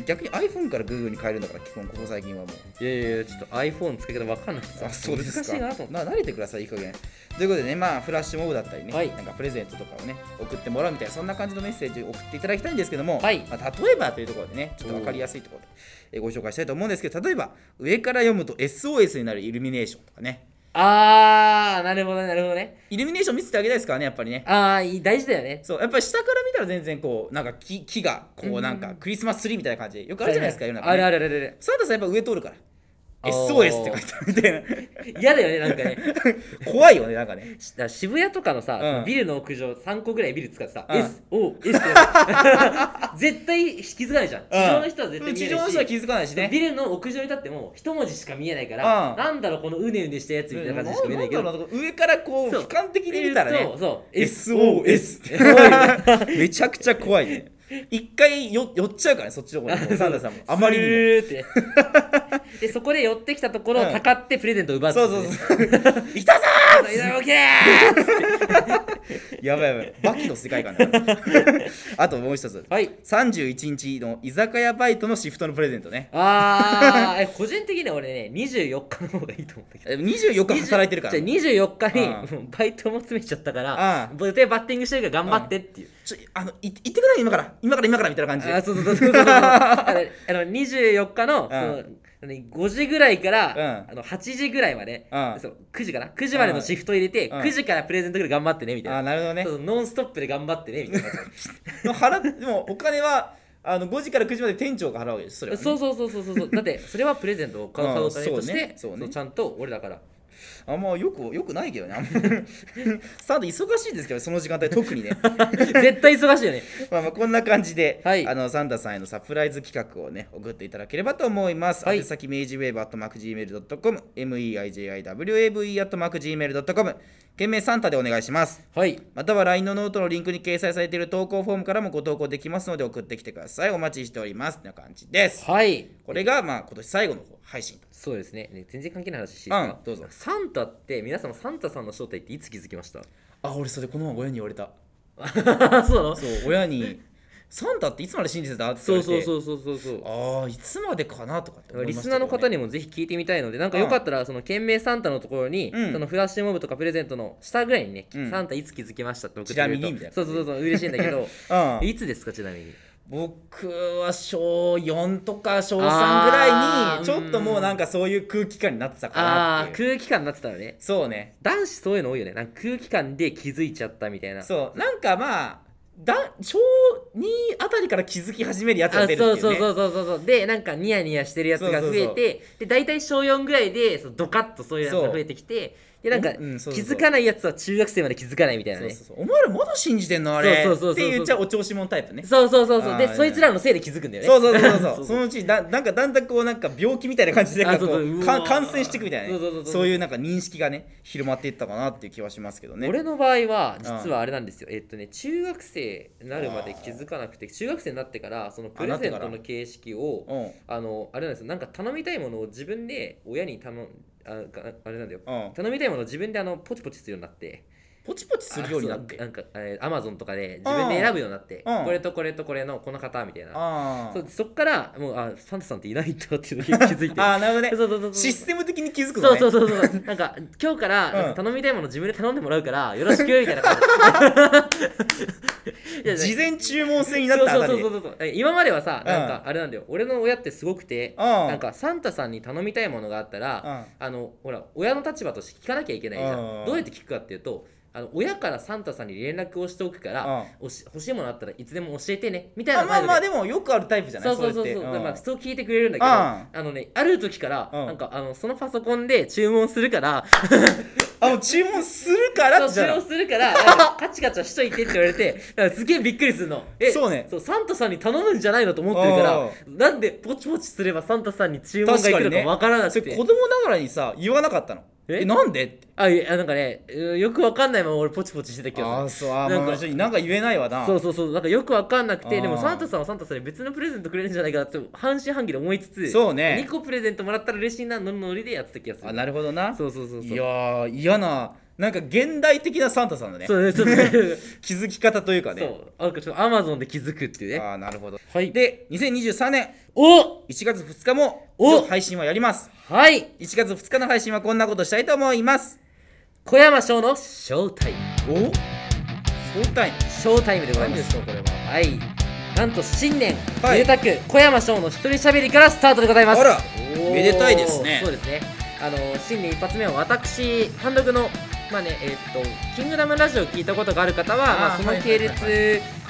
Speaker 1: う逆に iPhone から Google に変えるんだから基本ここ最近はもう
Speaker 2: いやいやいやちょっと iPhone 付け方わかんないです
Speaker 1: あそうですか
Speaker 2: 難しいなと思って
Speaker 1: まあ慣れてくださいいい加減ということでねまあフラッシュモブだったりね、
Speaker 2: はい
Speaker 1: なんかプレゼントとかをね送ってもらうみたいなそんな感じのメッセージを送っていただきたいんですけども、
Speaker 2: はい
Speaker 1: まあ、例えばというところでねちょっと分かりやすいところでえーご紹介したいと思うんですけど例えば上から読むと SOS になるイルミネーションとかね
Speaker 2: ああなるほどねなるほどね
Speaker 1: イルミネーション見せてあげたいですからねやっぱりね
Speaker 2: ああ大事だよね
Speaker 1: そうやっぱり下から見たら全然こうなんか木木がこ
Speaker 2: う
Speaker 1: うんなんかクリスマスツリーみたいな感じでよくあるじゃないですか、世の中ね
Speaker 2: あるあるあるある
Speaker 1: サンタさんやっぱ上通るから
Speaker 2: あー
Speaker 1: SOS って書いてあるみ
Speaker 2: ある嫌だよねなんかね
Speaker 1: たいな 怖いよねなんかね
Speaker 2: しだから渋谷とかのさ、
Speaker 1: うん
Speaker 2: ビルの屋上3個ぐらいビル使ってさ「
Speaker 1: うん
Speaker 2: S」「O」「S」って 絶対気づかないじゃん地上の人は絶対見
Speaker 1: 地
Speaker 2: え
Speaker 1: 上
Speaker 2: な
Speaker 1: の
Speaker 2: いし
Speaker 1: 人は気づかないしね
Speaker 2: ビルの屋上に立っても一文字しか見えないから、
Speaker 1: うん
Speaker 2: なんだろうこのうねうねしたやつみたいな感じしか見えないけ
Speaker 1: んだ
Speaker 2: ど
Speaker 1: ろう上からこう
Speaker 2: そう
Speaker 1: 俯瞰的に見たら
Speaker 2: えー
Speaker 1: ね
Speaker 2: とそう
Speaker 1: SOS めちゃくちゃ怖いね一回よ寄っちゃうからねそっちの方 にサンタさんもあまりにも
Speaker 2: にってでそこで寄ってきたところを
Speaker 1: うん
Speaker 2: たかってプレゼントを奪って、
Speaker 1: そうそう そう「いたぞ
Speaker 2: そういやオッケー
Speaker 1: ー!」やばいやばいバキの世界観だ なあともう一つ
Speaker 2: はい
Speaker 1: 31日の居酒屋バイトのシフトのプレゼントね
Speaker 2: あーえ個人的には俺ね24日の方がいいと思ったけど
Speaker 1: え24日働いてるから
Speaker 2: じゃあ24日に
Speaker 1: う
Speaker 2: もうバイトも詰めちゃったか
Speaker 1: あ
Speaker 2: ら予定バッティングしてるから頑張ってっていう
Speaker 1: ちょあのい行ってくない今から今から今からみたいな感じ
Speaker 2: あ
Speaker 1: で
Speaker 2: そうそうそうそうそ うあのあの24日の,、
Speaker 1: うん
Speaker 2: その何5時ぐらいから、
Speaker 1: うん
Speaker 2: あの8時ぐらいまで、
Speaker 1: うん
Speaker 2: そう9時かな9時までのシフト入れて、
Speaker 1: うん
Speaker 2: 9時からプレゼントから頑張ってねみたい
Speaker 1: あ
Speaker 2: な
Speaker 1: ーなるほどね
Speaker 2: そうそうノンストップで頑張ってねみたいな感
Speaker 1: でも払でもお金はあの5時から9時まで店長が払うわけです それは
Speaker 2: じ
Speaker 1: ね、
Speaker 2: そうそうそうそうそうそうだってそれはプレゼントを買う
Speaker 1: うん
Speaker 2: 買うお金とし
Speaker 1: そうね
Speaker 2: て
Speaker 1: そうね
Speaker 2: そうちゃんと俺だから
Speaker 1: あんまよくよくないけどねあんま サンタ忙しいですけどその時間帯特にね
Speaker 2: 絶対忙しいよね
Speaker 1: まあまあこんな感じで、
Speaker 2: はい
Speaker 1: あのサンタさんへのサプライズ企画をね送っていただければと思います、
Speaker 2: はい
Speaker 1: 宛先明治ウェーブアットマーク Gmail.com meijiwave アットマーク Gmail.com 件名サンタでお願いします
Speaker 2: はい
Speaker 1: または LINE のノートのリンクに掲載されている投稿フォームからもご投稿できますので送ってきてくださいお待ちしておりますってな感じです
Speaker 2: はい
Speaker 1: これがまあ今年最後の配信
Speaker 2: そうですねね全然関係ない話していいですか、
Speaker 1: うんどうぞ
Speaker 2: サンタって皆さんサンタさんの正体っていつ気づき ました
Speaker 1: あ俺それこの前親に言われた
Speaker 2: そうなの
Speaker 1: そう親に「サンタっていつまで信じてた?」って言わ
Speaker 2: そう
Speaker 1: れて
Speaker 2: そうそうそうそうそう
Speaker 1: ああいつまでかなとかって思いま
Speaker 2: リ
Speaker 1: した
Speaker 2: ス
Speaker 1: け
Speaker 2: ナー
Speaker 1: どね
Speaker 2: の方にもぜひ聞いてみたいのでなんかよかったらその件名サンタのところに、
Speaker 1: うん
Speaker 2: そのフラッシュモブとかプレゼントの下ぐらいにね、
Speaker 1: うん
Speaker 2: サンタいつ気づきましたって送ってくれる
Speaker 1: ち
Speaker 2: と
Speaker 1: なみにみたいな
Speaker 2: そうそうそうそう嬉しいんだけど
Speaker 1: うん
Speaker 2: いつですかちなみに
Speaker 1: 僕は小4とか小3ぐらい
Speaker 2: あー
Speaker 1: にちょっともうなんかそういう空気感になってたかな
Speaker 2: あ
Speaker 1: っ
Speaker 2: あ
Speaker 1: ていう
Speaker 2: 空気感になってたのね
Speaker 1: そうね
Speaker 2: 男子そういうの多いよねなんか空気感で気づいちゃったみたいな
Speaker 1: そうなんかまあだ小2あたりから気づき始めるやつが
Speaker 2: あそ
Speaker 1: 出
Speaker 2: う
Speaker 1: るっていう、ね、
Speaker 2: そうそうそうそうそうでなんかニヤニヤしてるやつが増えて
Speaker 1: そうそうそう
Speaker 2: で大体小4ぐらいでそうドカッとそういうやつが増えてきてでなんか気
Speaker 1: うんそうそうそう
Speaker 2: づかないやつは中学生まで気づかないみたいな
Speaker 1: そう
Speaker 2: ね
Speaker 1: そうそうお前らまだ信じてんのあれ
Speaker 2: そうそうそうそうそう
Speaker 1: って言っちゃうお調子者タイプね
Speaker 2: そうそうそうそう
Speaker 1: あ
Speaker 2: で
Speaker 1: ー
Speaker 2: そいつらのせいで気づくんだよね
Speaker 1: そうそうそうそうそ
Speaker 2: そう
Speaker 1: うそのうちだなんかだんだんこうなんか病気みたいな感じでなんかこ
Speaker 2: あそうそう
Speaker 1: う
Speaker 2: う
Speaker 1: か
Speaker 2: わー
Speaker 1: 感染していくみたいなね
Speaker 2: そうそうそうそう
Speaker 1: そういうなんか認識がね広まっていったかなっていう気はしますけどね
Speaker 2: 俺の場合は実はあれなんですよ、えっとね中学生になるまで気づかなくて中学生になってからそのプレゼン
Speaker 1: あな
Speaker 2: ト
Speaker 1: って
Speaker 2: の形式を
Speaker 1: うん
Speaker 2: あのあれなんですよなんか頼みたいものを自分で親に頼んあかあれなんだよ
Speaker 1: うん
Speaker 2: 頼みたいものを自分であのポチポチするようになって
Speaker 1: ポチポチするようになって
Speaker 2: あそうなんかアマゾンとかで自分で選ぶようになって
Speaker 1: うん
Speaker 2: これとこれとこれのこの方みたいな
Speaker 1: あ
Speaker 2: そ
Speaker 1: ー
Speaker 2: うそっからもうあサンタさんっていないんだっていうのに気づい て
Speaker 1: あーなるほどね
Speaker 2: そうそうそうそう
Speaker 1: システム的に気づくの
Speaker 2: そう
Speaker 1: ね
Speaker 2: そうそうそうなんか今日からなんか頼みたいもの自分で頼んでもらうからよろしくみたいな感 じいやいや
Speaker 1: 事前注文制になったあたりで
Speaker 2: そうそうそうそうそう今まではさ
Speaker 1: ん
Speaker 2: なんかあれなんだよ、俺の親ってすごくて、
Speaker 1: うん
Speaker 2: なんかサンタさんに頼みたいものがあったら、あのほら親の立場として聞かなきゃいけないじゃん、
Speaker 1: うん
Speaker 2: どうやって聞くかっていうとあの親からサンタさんに連絡をしておくから、おし欲しいものあったらいつでも教えてねみたいな
Speaker 1: あまあまあ
Speaker 2: 態度で
Speaker 1: でもよくあるタイプじゃない
Speaker 2: そうそうそう
Speaker 1: れ
Speaker 2: そう、
Speaker 1: って
Speaker 2: だからまあ
Speaker 1: ん
Speaker 2: そう聞いてくれるんだけど、
Speaker 1: うん
Speaker 2: あのねある時から、
Speaker 1: うん
Speaker 2: なんかあのそのパソコンで注文するから、
Speaker 1: あもう注文するから
Speaker 2: そう
Speaker 1: じゃ
Speaker 2: 使
Speaker 1: な
Speaker 2: 用
Speaker 1: い
Speaker 2: するからなん かカチカチはしといてって言われてだからすげえびっくりするのえ
Speaker 1: そうね
Speaker 2: そうサンタさんに頼むんじゃないのと思ってるからなんでポチポチすればサンタさんに注文がいく
Speaker 1: 確か
Speaker 2: の
Speaker 1: にね
Speaker 2: かわからな
Speaker 1: そ
Speaker 2: く
Speaker 1: れ
Speaker 2: て、
Speaker 1: 子供ながらにさ言わなかったの
Speaker 2: え
Speaker 1: えなんでって
Speaker 2: あいやなんかねうんよくわかんないまま俺ポチポチしてたけ
Speaker 1: あ
Speaker 2: ど
Speaker 1: あそうあ
Speaker 2: なん
Speaker 1: ー
Speaker 2: か
Speaker 1: まあになんか言えないわな
Speaker 2: そうそうそうなんかよくわかんなくて
Speaker 1: あー
Speaker 2: でもサンタさんはサンタさんに別のプレゼントくれるんじゃないかなって半信半疑で思いつつ
Speaker 1: そうね
Speaker 2: 2個プレゼントもらったら嬉しいなのノリでやってた気がする
Speaker 1: あなるほどな
Speaker 2: そうそうそうそう
Speaker 1: いやー嫌ななんか現代的なサンタさんだね
Speaker 2: そうね、ちょっとね
Speaker 1: 気づき方というか
Speaker 2: そ
Speaker 1: ね
Speaker 2: う、あちょっとアマゾンで気づくっていうね。
Speaker 1: ああなるほど
Speaker 2: はい。で、
Speaker 1: で2023年
Speaker 2: お
Speaker 1: 1月2日も一
Speaker 2: お
Speaker 1: 応配信はやります
Speaker 2: はい
Speaker 1: 1月2日の配信はこんなことしたいと思います
Speaker 2: 小山翔のショータイム。
Speaker 1: おそうタイム
Speaker 2: ショータイムでござ
Speaker 1: 何
Speaker 2: いま。
Speaker 1: ですすかこれは
Speaker 2: はい。なんと新年、
Speaker 1: はい
Speaker 2: めでたく小山翔の一人喋りからスタートでございます。
Speaker 1: あら
Speaker 2: おー
Speaker 1: めでたいですね
Speaker 2: そうですね。あの新年一発目は私単独のまあねえーっとキングダムラジオを聞いたことがある方は
Speaker 1: あー
Speaker 2: まあその
Speaker 1: はいはい
Speaker 2: 系
Speaker 1: はいはい
Speaker 2: 列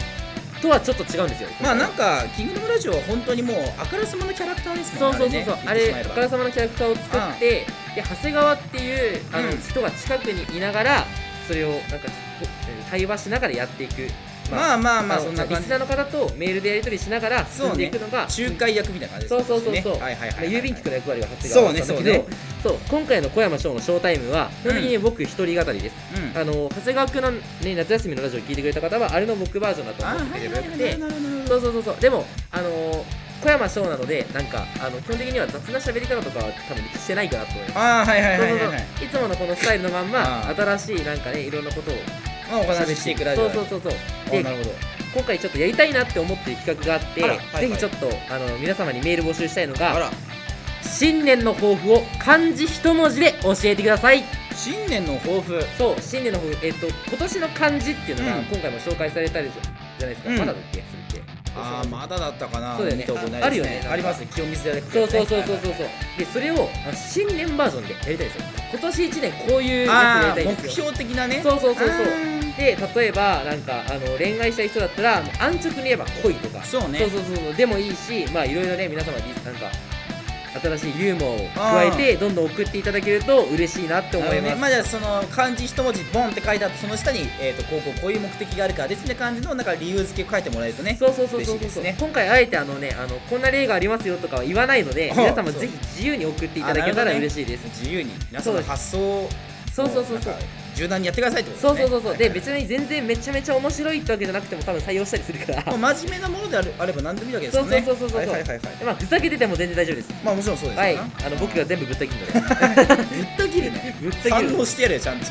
Speaker 2: とはちょっと違うんですよ。
Speaker 1: まあなんか「キングダムラジオ」は本当にもうあからさまなキャラクターです
Speaker 2: そ
Speaker 1: も
Speaker 2: うん
Speaker 1: ね
Speaker 2: そうそうそうあれあからさまのキャラクターを作ってで長谷川っていうあの、
Speaker 1: うん
Speaker 2: 人が近くにいながらそれをなんかこう対話しながらやっていく
Speaker 1: まあまあまあ
Speaker 2: の
Speaker 1: そんな感
Speaker 2: リス
Speaker 1: じ
Speaker 2: ナーの方とメールでやり取りしながら進んでいくのが、
Speaker 1: 仲介役みたいな感じです
Speaker 2: そうそうそう
Speaker 1: ね
Speaker 2: そう、
Speaker 1: はいはいはいはい
Speaker 2: 郵便局の役割が長谷川だったんだけど
Speaker 1: そうね
Speaker 2: そう今回の小山翔のショータイムは基本的に僕一人語りです、
Speaker 1: うん
Speaker 2: あの長谷川君の、ね、夏休みのラジオ聞いてくれた方はあれの僕バージョンだと
Speaker 1: あ
Speaker 2: 思って
Speaker 1: は
Speaker 2: く
Speaker 1: い
Speaker 2: れ
Speaker 1: は
Speaker 2: ば
Speaker 1: い
Speaker 2: よく
Speaker 1: は
Speaker 2: て、
Speaker 1: いなるほどなるほ
Speaker 2: そ
Speaker 1: ど
Speaker 2: うそうそうそうでもあのー、小山翔なのでなんかあの基本的には雑な喋り方とかは多分してないかなと思います
Speaker 1: ああはいはい
Speaker 2: そう
Speaker 1: は
Speaker 2: そ
Speaker 1: いうはいう
Speaker 2: そ
Speaker 1: はい
Speaker 2: いつものこのスタイルのまんま
Speaker 1: あー
Speaker 2: 新しいなんかねいろんなことを
Speaker 1: まあお話ししていくラジ
Speaker 2: そ
Speaker 1: オ
Speaker 2: うそうそうそう
Speaker 1: あ
Speaker 2: で
Speaker 1: なるほど
Speaker 2: 今回ちょっとやりたいなって思ってる企画があって
Speaker 1: あらはいはい
Speaker 2: ぜひちょっとあの皆様にメール募集したいの
Speaker 1: あ
Speaker 2: が
Speaker 1: ら
Speaker 2: 新年の抱負を漢字一文字で教えてください
Speaker 1: 新年の抱負
Speaker 2: そう新年の抱負えっと今年の漢字っていうのが
Speaker 1: うん
Speaker 2: 今回も紹介されたりじゃじゃないですか、
Speaker 1: うん
Speaker 2: まだだっけそれって
Speaker 1: ああまだだったかな
Speaker 2: そうだよね
Speaker 1: 見たことない
Speaker 2: ああるよね
Speaker 1: ありますね清水寺で
Speaker 2: そうそうそうそうそうそうでそれをあの新年バージョンでやりたいんですよ今年1年こういうや
Speaker 1: ああ
Speaker 2: つでやりたいん
Speaker 1: 目
Speaker 2: ですよ
Speaker 1: 標的なね
Speaker 2: そうそうそうそう
Speaker 1: あー
Speaker 2: で例えばなんかあの恋愛したい人だったらもう安直に言えば恋とか
Speaker 1: そうね
Speaker 2: そうそうそうそうでもいいしまあいろいろね皆様になんか新しいユーモアを加えてどんどん送っていただけると嬉しいなって思
Speaker 1: なる
Speaker 2: い
Speaker 1: ほど
Speaker 2: ま
Speaker 1: ね
Speaker 2: す、
Speaker 1: まあじゃあその漢字一文字ボンって書いてあってその下に、えー、とこうこうこういう目的があるからですみたいな感じのなんか理由付けを書いてもらえるとね
Speaker 2: そうそうそう
Speaker 1: 嬉し
Speaker 2: そう
Speaker 1: いで
Speaker 2: そ
Speaker 1: す
Speaker 2: う、
Speaker 1: ね
Speaker 2: 今回あえてあのねあのこんな例がありますよとかは言わないので
Speaker 1: あ
Speaker 2: 皆様
Speaker 1: そう
Speaker 2: ぜひ自由に送っていた
Speaker 1: あな
Speaker 2: だけた
Speaker 1: るほど
Speaker 2: ら
Speaker 1: ね
Speaker 2: 嬉しいです
Speaker 1: 自由に皆さんの発想を
Speaker 2: そうそうそうそう
Speaker 1: なんか柔軟にやってくださいってこと
Speaker 2: そ
Speaker 1: で
Speaker 2: う
Speaker 1: す
Speaker 2: そ
Speaker 1: ね
Speaker 2: うそうそう
Speaker 1: はい
Speaker 2: で別に全然めちゃめちゃ面白いってわけじゃなくても多分採用したりするから
Speaker 1: もう真面目なものであれあれば何でもいいわけですよね
Speaker 2: そうそうそうそうそう
Speaker 1: はいはいはいはい
Speaker 2: まあふざけてても全然大丈夫です
Speaker 1: まあもちろんそうですよ
Speaker 2: はい
Speaker 1: な
Speaker 2: あの僕が全部ぶった切るので
Speaker 1: ぶった切るね
Speaker 2: ぶった切る
Speaker 1: 反応してやれよちゃんと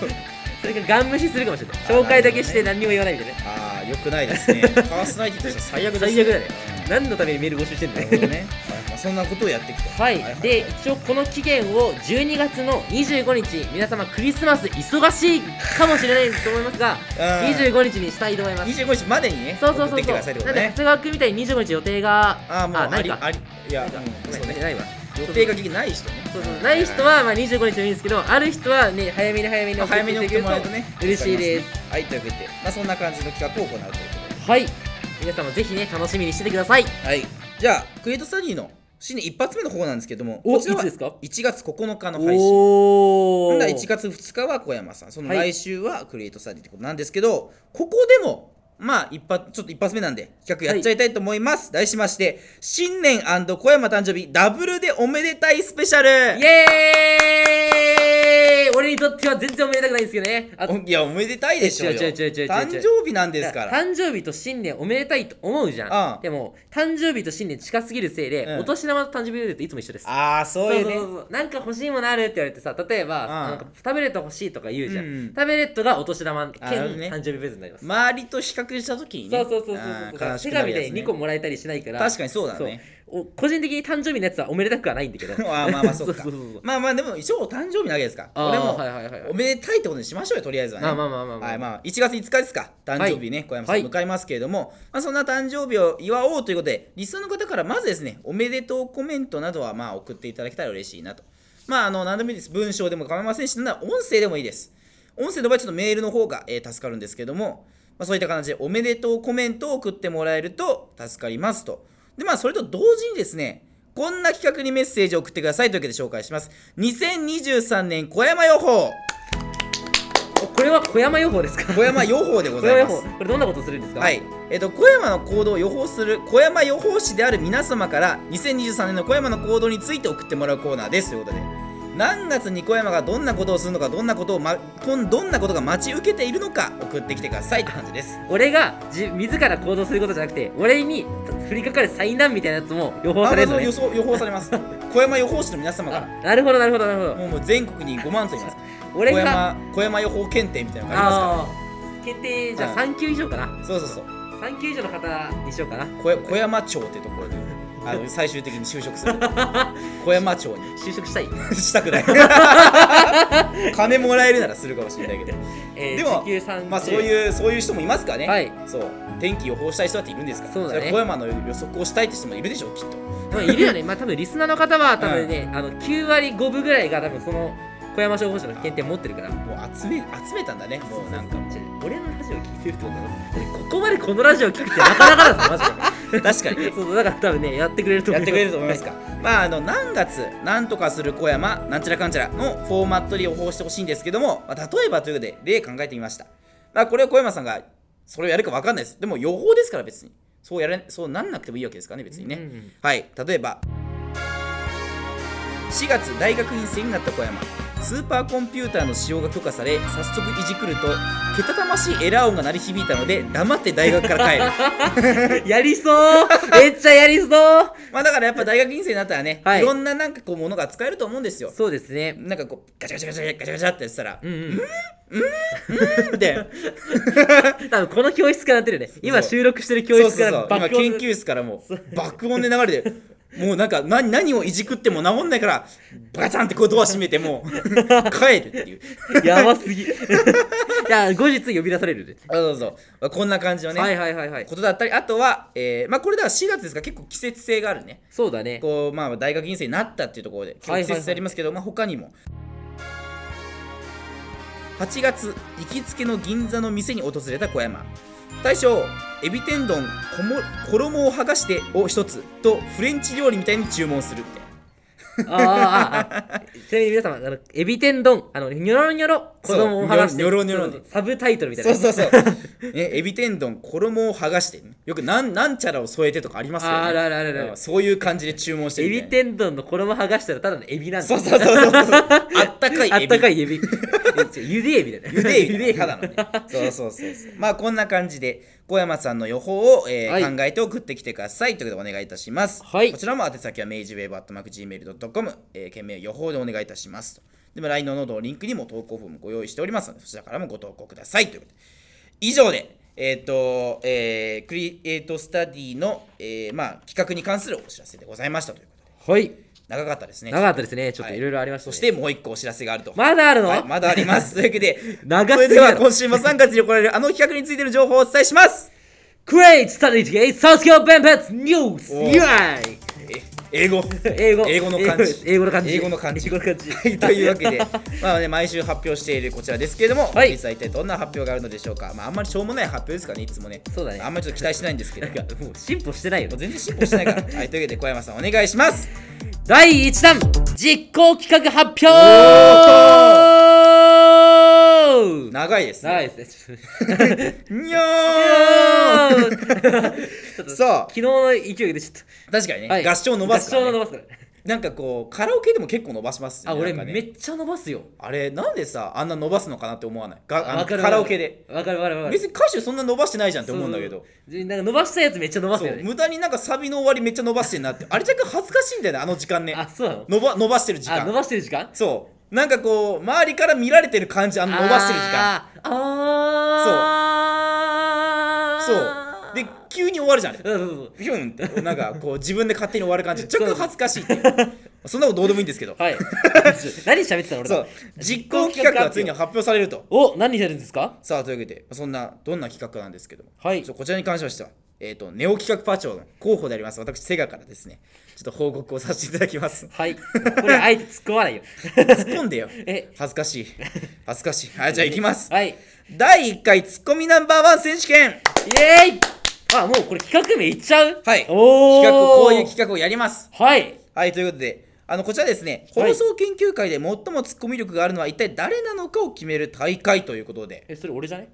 Speaker 2: それからガン無視するかもしれない
Speaker 1: あなるほどね
Speaker 2: 紹介だけして何にも言わないみたいな
Speaker 1: ああよくないですね パーソナリティとしては最悪です
Speaker 2: 最悪だね
Speaker 1: うん
Speaker 2: 何のためにメール募集してん
Speaker 1: な
Speaker 2: だ
Speaker 1: る
Speaker 2: よ
Speaker 1: ほどね、はいまあ、そんなことをやってきた
Speaker 2: はい、で一応この期限を12月の25日皆様クリスマス忙しいかもしれないと思いますが
Speaker 1: うん
Speaker 2: 25日にしたいと思います
Speaker 1: 25日までにね
Speaker 2: そうそ
Speaker 1: 送
Speaker 2: う
Speaker 1: っ
Speaker 2: そう
Speaker 1: てきて
Speaker 2: そ
Speaker 1: くだ
Speaker 2: うなん
Speaker 1: さいって
Speaker 2: で
Speaker 1: こ
Speaker 2: 長
Speaker 1: とね
Speaker 2: 谷川君みたいに25日予定が
Speaker 1: ああもう
Speaker 2: な
Speaker 1: あ
Speaker 2: い
Speaker 1: り
Speaker 2: か
Speaker 1: ありいや
Speaker 2: ないか
Speaker 1: うん
Speaker 2: ご
Speaker 1: そう
Speaker 2: めん
Speaker 1: ね
Speaker 2: ないわ
Speaker 1: 予定が結局ない人ね
Speaker 2: そうそうない人はまあ25日でもいいんですけどある人はね早めに早めに
Speaker 1: まあ
Speaker 2: 送って
Speaker 1: 早めに送
Speaker 2: い
Speaker 1: ったても
Speaker 2: だ
Speaker 1: ら
Speaker 2: け
Speaker 1: うとね
Speaker 2: 嬉しいです
Speaker 1: はいというわけでまあそんな感じの企画を行うということで
Speaker 2: はい皆様ぜひね楽しみにしててください
Speaker 1: はいじゃあクリエイトスタディの新年一発目の方なんですけども
Speaker 2: お
Speaker 1: こちらはい
Speaker 2: つですか
Speaker 1: 1月9日の配信
Speaker 2: お
Speaker 1: ほ
Speaker 2: お
Speaker 1: んなら1月2日は小山さんその
Speaker 2: はい
Speaker 1: 来週はクリエイトスタディってことなんですけど、ここでもまあ一発ちょっと一発目なんで企画やっちゃいたいと思います、題しまして新年小山誕生日ダブルでおめでたいスペシャル
Speaker 2: イエーイ俺にとっては全然おめでたくないんですけどねあ
Speaker 1: おいやおめでたいでしょうよ
Speaker 2: 違う違う違う違う違う
Speaker 1: 誕生日なんですから
Speaker 2: 誕生日と新年おめでたいと思うじゃん
Speaker 1: ああ
Speaker 2: でも誕生日と新年近すぎるせいで、
Speaker 1: うん
Speaker 2: お年玉と誕生日プレゼントいつも一緒です
Speaker 1: ああそういうね
Speaker 2: そうそうなんか欲しいものあるって言われてさ例えば
Speaker 1: ああ
Speaker 2: なんかタブレット欲しいとか言うじゃん、
Speaker 1: うん
Speaker 2: タブレットがお年玉兼
Speaker 1: あなるほどね
Speaker 2: 誕生日プレゼントになります、
Speaker 1: 周りと比較した時にね
Speaker 2: そうそうそうそう
Speaker 1: あ
Speaker 2: そう
Speaker 1: ー悲し
Speaker 2: 手
Speaker 1: くなる
Speaker 2: 紙
Speaker 1: や
Speaker 2: で
Speaker 1: つ、ね、
Speaker 2: 2個もらえたりしないから
Speaker 1: 確かにそうだね
Speaker 2: そうお個人的に誕生日のやつはおめでたくはないんだけど
Speaker 1: あーまあまあそっか
Speaker 2: そうそうそうそう
Speaker 1: まあまあでも一応誕生日なわけですから
Speaker 2: あー
Speaker 1: 俺も
Speaker 2: はいはいはいはい
Speaker 1: おめでたいってことにしましょうよとりあえずはね
Speaker 2: まあまあまあまあまあ
Speaker 1: はいまあ1月5日ですか誕生日ね、
Speaker 2: はい
Speaker 1: 小山さん
Speaker 2: はい
Speaker 1: 迎えますけれども、まあ、そんな誕生日を祝おうということでリスナーの方からまずですねおめでとうコメントなどはまあ送っていただけたら嬉しいなとまああの何でもいいです文章でも構いませんしなんなら音声でもいいです音声の場合ちょっとメールの方が、えー助かるんですけども、まあ、そういった形でおめでとうコメントを送ってもらえると助かりますとでまあそれと同時にですねこんな企画にメッセージを送ってくださいというわけで紹介します2023年小山予報
Speaker 2: おこれは小山予報ですか
Speaker 1: 小山予報でご
Speaker 2: 小
Speaker 1: ざ
Speaker 2: 山
Speaker 1: い
Speaker 2: 予
Speaker 1: ま
Speaker 2: 報
Speaker 1: す
Speaker 2: これどんなことするんですか
Speaker 1: はい、えっと小山の行動を予報する小山予報士である皆様から2023年の小山の行動について送ってもらうコーナーですということで何月に小山がどんなことをするのかどんなことを、ま、こんどんなことが待ち受けているのか送ってきてくださいって感じです
Speaker 2: 俺が自自ら行動することじゃなくて俺に降りかかる災難みたいなやつも予報
Speaker 1: あ
Speaker 2: さ
Speaker 1: ま
Speaker 2: れ
Speaker 1: あ
Speaker 2: る
Speaker 1: そ
Speaker 2: の
Speaker 1: う
Speaker 2: ね
Speaker 1: 予想予報されます 小山予報士の皆様か
Speaker 2: あなるほどなるほどなるほ
Speaker 1: ら
Speaker 2: ど
Speaker 1: もうもう全国に5万といます
Speaker 2: 俺
Speaker 1: 小
Speaker 2: が
Speaker 1: 山小山予報検定みたいなのがありますか
Speaker 2: ああ検定じゃあ
Speaker 1: はい
Speaker 2: 3級以上かな
Speaker 1: らそうそうそう
Speaker 2: 3級以上の方にしようかな
Speaker 1: 小や小山町ってところにあの最終的に就職する小山町に
Speaker 2: 就職したい、
Speaker 1: したくない 金もらえるならするかもしれないけど
Speaker 2: えー、
Speaker 1: でも
Speaker 2: 時給30
Speaker 1: まあそういうそういう人もいますからね、
Speaker 2: はい
Speaker 1: そう天気予報したい人だっているんですから
Speaker 2: そうだね
Speaker 1: れは小山の予測をしたいって人もいるでしょうきっと
Speaker 2: まあいるよねまあ多分リスナーの方は多 分ね、あの9割5分ぐらいが多分その小山消防署の検定持ってるから
Speaker 1: もう集め集めたんだねもうなん か
Speaker 2: ちょ俺のラジオ聞いてるってことだろここまでこのラジオ聞くってなかなかだぞ
Speaker 1: 確か
Speaker 2: マ ジで
Speaker 1: に
Speaker 2: そうだから多分ねやってくれると思
Speaker 1: や
Speaker 2: う
Speaker 1: ってくれると思います かまああの何月何とかする小山なんちゃらかんちゃらのフォーマットで予報してほしいんですけども、まあ、例えばということで例考えてみましたまあこれは小山さんがそれをやるか分かんないですでも予報ですから別にそうやれそうなんなくてもいいわけですからね別にね、
Speaker 2: うん
Speaker 1: はい例えば4月大学院生になった小山スーパーコンピューターの使用が許可され早速いじくるとけたたましいエラー音が鳴り響いたので黙って大学から帰る
Speaker 2: やりそうめっちゃやりそう
Speaker 1: まあだからやっぱ大学院生になったらね、
Speaker 2: はい
Speaker 1: い、ろんななんかこうものが使えると思うんですよ
Speaker 2: そうですね
Speaker 1: なんかこうガチャガチャガチャガチャガチャってやってたら
Speaker 2: うんうん
Speaker 1: みたいな
Speaker 2: 多分この教室からなってるよね今
Speaker 1: そう
Speaker 2: 収録してる 教
Speaker 1: そう
Speaker 2: 室
Speaker 1: そ
Speaker 2: か
Speaker 1: うそ
Speaker 2: ら
Speaker 1: う今
Speaker 2: 爆音
Speaker 1: 研究室からもう爆音で流れてるもうなんか何何をいじくっても治んないからバチャンってこうドア閉めて もう帰るっていう
Speaker 2: や ばすぎいや後日呼び出されるね
Speaker 1: あそうそう、まあ、こんな感じのね、
Speaker 2: はいはいはいはい
Speaker 1: ことだったりあとは、えーまあ、これだから4月ですから結構季節性があるね
Speaker 2: そうだね
Speaker 1: こう、まあ、大学院生になったっていうところで季
Speaker 2: はいはい
Speaker 1: 節性ありますけど、まあ、他にも8月行きつけの銀座の店に訪れた小山大将エビ天丼こも衣を剥がしてを一つとフレンチ料理みたいに注文するみたいな
Speaker 2: あああああちなみに皆様あのエビ天丼あのニョロニョロ子
Speaker 1: そう
Speaker 2: 供を話して
Speaker 1: ニョロニョロね
Speaker 2: サブタイトルみたい
Speaker 1: そ
Speaker 2: な
Speaker 1: うそうそう、 ね、エビ天丼衣を剥がしてよくなんなんちゃらを添えてとかありますよね
Speaker 2: あるあるあるある
Speaker 1: うんそういう感じで注文して
Speaker 2: エ
Speaker 1: るみたい
Speaker 2: ビ
Speaker 1: な
Speaker 2: 天丼の衣剥がしたらただのエビなんだ
Speaker 1: そうそうそうそうそう。あったかいエビ。
Speaker 2: あったか
Speaker 1: い。
Speaker 2: いエビえちょ ゆでエビだね
Speaker 1: ゆでエビ
Speaker 2: ゆ
Speaker 1: だ
Speaker 2: で
Speaker 1: ね。ただのね。そうそうそうそう。まあこんな感じで小山さんの予報を、えー
Speaker 2: はい
Speaker 1: 考えて送ってきてくださいということでお願いいたします。
Speaker 2: はい
Speaker 1: こちらも宛先は明治ウェブアットマーク gmail.com、えー、件名は予報でお願いいたしますと。でも LINE のノートのリンクにも投稿フォームご用意しておりますのでそちらからもご投稿くださいということで。以上で。えっ、と、えークリエイトスタディの、えーまあ、企画に関するお知らせでございましたということで、
Speaker 2: はい
Speaker 1: 長かったですね。
Speaker 2: 長かったですねちょっといろいろありました
Speaker 1: そ
Speaker 2: ね
Speaker 1: してもう一個お知らせがあると。
Speaker 2: まだあるの、
Speaker 1: はい、まだあります。 というわけで、
Speaker 2: 長すぎだろ
Speaker 1: それでは今週も3月に行われるあの企画についての情報をお伝えします。
Speaker 2: Great Strategy South Korea Benpets News!
Speaker 1: おー
Speaker 2: Yeah!
Speaker 1: え英語。
Speaker 2: 英語
Speaker 1: 英語の漢字。
Speaker 2: 英語の漢字
Speaker 1: 英語の漢字
Speaker 2: 英語の漢字
Speaker 1: はい、というわけで、 まあね、毎週発表しているこちらですけれども、
Speaker 2: はい
Speaker 1: 実際一体どんな発表があるのでしょうか。まあ、あんまりしょうもない発表ですからね、いつもね。
Speaker 2: そうだね
Speaker 1: あんまりちょっと期待してないんですけど。も
Speaker 2: もう進歩してないよ
Speaker 1: う全然進歩してないから。はい、というわけで、小山さんお願いします。
Speaker 2: 第1弾実行企画発表
Speaker 1: 長いです、
Speaker 2: 長い
Speaker 1: ね。
Speaker 2: ですね
Speaker 1: にょーそう
Speaker 2: 昨日の勢いでちょっ
Speaker 1: 確かにね、
Speaker 2: と、はい
Speaker 1: 合唱伸ばすから、
Speaker 2: 合唱
Speaker 1: ね。
Speaker 2: 伸ばすから
Speaker 1: なんかこう、カラオケでも結構伸ばしますよ
Speaker 2: あ
Speaker 1: ね。
Speaker 2: 俺
Speaker 1: なんかね
Speaker 2: めっちゃ伸ばすよ
Speaker 1: あれなんでさあんな伸ばすのかなって思わないがあの
Speaker 2: わかるわかる
Speaker 1: カラオケで
Speaker 2: わかるわかるわかる
Speaker 1: 別に歌手そんな伸ばしてないじゃんって思うんだけど
Speaker 2: そうなんか伸ばしたやつめっちゃ伸ばす
Speaker 1: そう
Speaker 2: よね
Speaker 1: 無駄になんかサビの終わりめっちゃ伸ばしてんな ってあれ若干恥ずかしいんだよねあの時間ね
Speaker 2: あそうなの
Speaker 1: 伸ば伸ばしてる時
Speaker 2: あ伸
Speaker 1: 間
Speaker 2: ばしてる時間
Speaker 1: そうなんかこう周りから見られてる感じあの伸ばしてる時間
Speaker 2: あーあ
Speaker 1: そう
Speaker 2: ー
Speaker 1: で急に終わるじゃんあれ
Speaker 2: そうそうそう
Speaker 1: ビュンってなんかこう自分で勝手に終わる 感じ若干恥ずかしいっていうそんなことどうでもいいんですけど
Speaker 2: はい何喋ってたの俺
Speaker 1: そう実行企画がついに発表されると
Speaker 2: お何やるんですか
Speaker 1: さあというわけでそんなどんな企画なんですけども、
Speaker 2: はい
Speaker 1: ちょっとこちらに関しましては、えー、とネオ企画パーチョの候補であります私セガからですねちょっと報告をさせていただきます
Speaker 2: はいこれあえて突っ込ま ないよ
Speaker 1: 突っ込んでよ
Speaker 2: え
Speaker 1: 恥ずかしい恥ずかしいはいじゃあ行きます
Speaker 2: はいイ
Speaker 1: 第1回ツッコミナンバーワン選手権
Speaker 2: エーイあもうこれ企画名いっちゃう
Speaker 1: はい
Speaker 2: おお
Speaker 1: 企画をこういう企画をやります
Speaker 2: 画はい
Speaker 1: はいということであのこちらですね
Speaker 2: は
Speaker 1: 放
Speaker 2: い
Speaker 1: 送研究会で最もツッコミ力があるのは一体誰なのかを決める大会ということで
Speaker 2: えそれ俺じゃね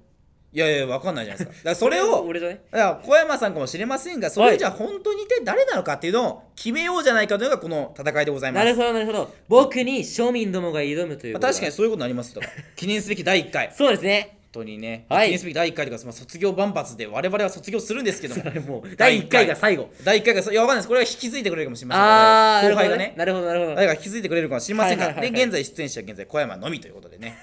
Speaker 1: いやいやわかんないじゃないですかだからそれを
Speaker 2: 俺じゃね
Speaker 1: だから小山さんかもしれませんがそれじゃあ本当に一体誰なのかっていうのを決めようじゃないかというのがこの戦いでございま
Speaker 2: な
Speaker 1: す
Speaker 2: るほどなるほど僕に庶民どもが挑むという
Speaker 1: ま
Speaker 2: こ
Speaker 1: あ
Speaker 2: とだ
Speaker 1: 確かにそういうことになりますと記念すべき第1回
Speaker 2: そうですね
Speaker 1: 当にね、
Speaker 2: はい
Speaker 1: 記念すべき第1回とか、まあ、卒業万発で我々は卒業するんですけ ども
Speaker 2: それもう第1回が最後
Speaker 1: 第1回がそういやわかんないですこれは引き継いでくれるかもしれません
Speaker 2: ああ
Speaker 1: 我々後輩がね
Speaker 2: なるほどなるほど
Speaker 1: 誰か引き継いでくれるかもしれませんが、
Speaker 2: はいはいはいはい
Speaker 1: で現在出演者は現在小山のみということで ね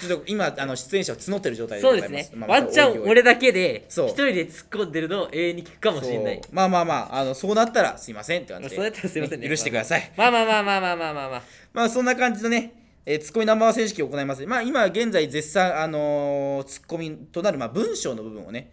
Speaker 1: ちょっと今あの出演者を募ってる状態で
Speaker 2: そ
Speaker 1: ご
Speaker 2: う
Speaker 1: ざい
Speaker 2: で
Speaker 1: ます
Speaker 2: ね、
Speaker 1: まあ
Speaker 2: ワンチャン俺だけで
Speaker 1: そう
Speaker 2: 一人で突っ込んでるのを永遠に聞くかもしれない
Speaker 1: そうまあまあまああのそうなったらすいませんって感じで
Speaker 2: そうやったらすいませんね
Speaker 1: 許してください
Speaker 2: まあまあまあまあまあまあまあまあ
Speaker 1: まあそんな感じのね、えー、ツッコミナンバーワン選手権を行います。まあ今現在絶賛、あのーツッコミとなる、まあ、文章の部分をね、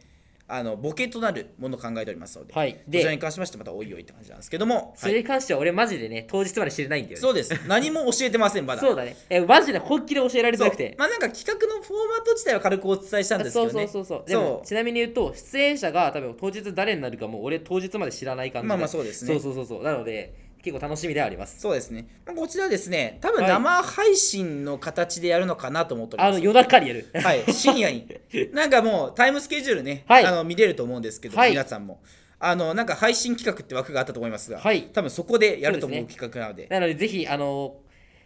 Speaker 1: あのボケとなるものを考えておりますので、
Speaker 2: はい
Speaker 1: こちらに関しましてまたおいおいって感じなんですけども、
Speaker 2: そ
Speaker 1: は
Speaker 2: れ
Speaker 1: い
Speaker 2: に関しては俺マジでね当日まで知れないんだよね
Speaker 1: そうです。何も教えてません、まだ。
Speaker 2: そうだねえマジで本気で教えられて
Speaker 1: そう
Speaker 2: なくて
Speaker 1: まあなんか企画のフォーマット自体は軽くお伝えしたんですけ
Speaker 2: そ
Speaker 1: ど
Speaker 2: う
Speaker 1: ね。
Speaker 2: そうそうそうでも
Speaker 1: そう
Speaker 2: ちなみに言うと出演者が多分当日誰になるかも俺当日まで知らない感じで
Speaker 1: まあまあそうですね
Speaker 2: そうそうそうそうなので結構楽しみではあります
Speaker 1: そうですね。まあこちらですね、多分
Speaker 2: はい
Speaker 1: 生配信の形でやるのかなと思っており
Speaker 2: あ
Speaker 1: ます。
Speaker 2: の夜中にやる
Speaker 1: はい、 深夜に。なんかもうタイムスケジュールね、
Speaker 2: はい
Speaker 1: あの見れると思うんですけど、
Speaker 2: はい
Speaker 1: 皆さんも。あのなんか配信企画って枠があったと思いますが、
Speaker 2: はい
Speaker 1: 多分そこでやると思
Speaker 2: そううですね
Speaker 1: 企画なので、
Speaker 2: なのでぜひあの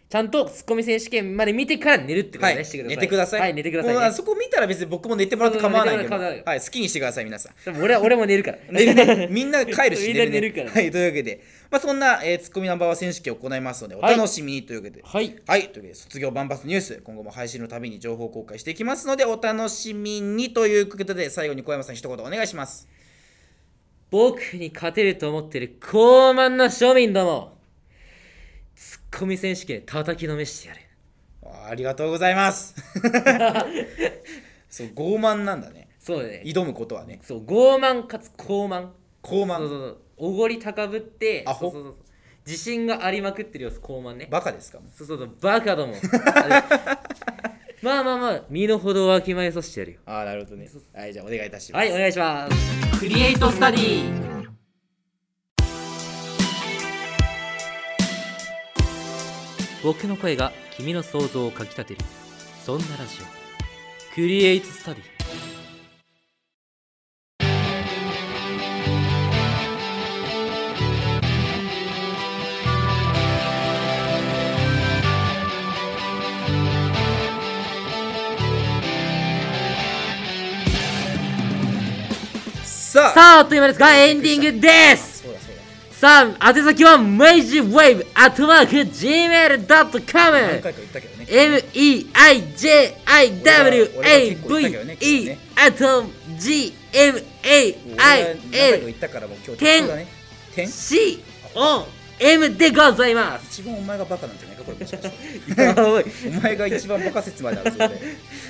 Speaker 2: ちゃんとツッコミ選手権まで見てから寝るってこと
Speaker 1: は
Speaker 2: ね、
Speaker 1: い、
Speaker 2: してくださ
Speaker 1: 寝
Speaker 2: い
Speaker 1: てください。
Speaker 2: はい寝てください
Speaker 1: もう
Speaker 2: ね、
Speaker 1: あそこ見たら別に僕も寝てもらって構わないんで、
Speaker 2: そうそう寝てもらって構わな
Speaker 1: はい、好きにしてください、皆さん。
Speaker 2: でも 俺は俺も寝るから
Speaker 1: 寝るねみんな帰るし、
Speaker 2: みんな寝るから
Speaker 1: はい、というわけで、まあ、そんな、えー、ツッコミナンバーワン選手権を行いますので、お楽しみにというわけで。
Speaker 2: はい
Speaker 1: はい、というわけで卒業万発ニュース今後も配信のたびに情報公開していきますのでお楽しみにということで最後に小山さん一言お願いします
Speaker 2: 僕に勝てると思ってる高慢な庶民どもツッコミ選手権叩きのめ してやる
Speaker 1: ありがとうございます そう傲慢なんだね
Speaker 2: そうだね
Speaker 1: 挑むことはね
Speaker 2: そう傲慢かつ高慢
Speaker 1: 傲
Speaker 2: そうそ
Speaker 1: 慢
Speaker 2: うそうおごり高ぶって
Speaker 1: アホ
Speaker 2: そうそうそう自信がありまくってるよ高慢ね
Speaker 1: バカですかもう
Speaker 2: そうそうそうバカ どもあれまあまあまあ身の程をわきまえさせてやるよ
Speaker 1: ああなるほどねはいじゃあお願いいたします
Speaker 2: はいお願いしますクリエイトスタディ僕の声が君の想像をかきたてるそんなラジオクリエイトスタディ
Speaker 1: さあ
Speaker 2: さああっという間ですがエンディングです
Speaker 1: そうだそうだ
Speaker 2: さあ、宛先は
Speaker 1: 何
Speaker 2: magicwave.gmail.com
Speaker 1: 回か言ったけどね
Speaker 2: m-e-i-j-i-w-a-v-e
Speaker 1: 何
Speaker 2: at
Speaker 1: 回か言ったからもう今日
Speaker 2: 点
Speaker 1: だね点
Speaker 2: gmail.com でございます
Speaker 1: 一番お前がバカなんじゃないかこれもしかして
Speaker 2: やばい
Speaker 1: お前が一番バカ説まであるそ れで、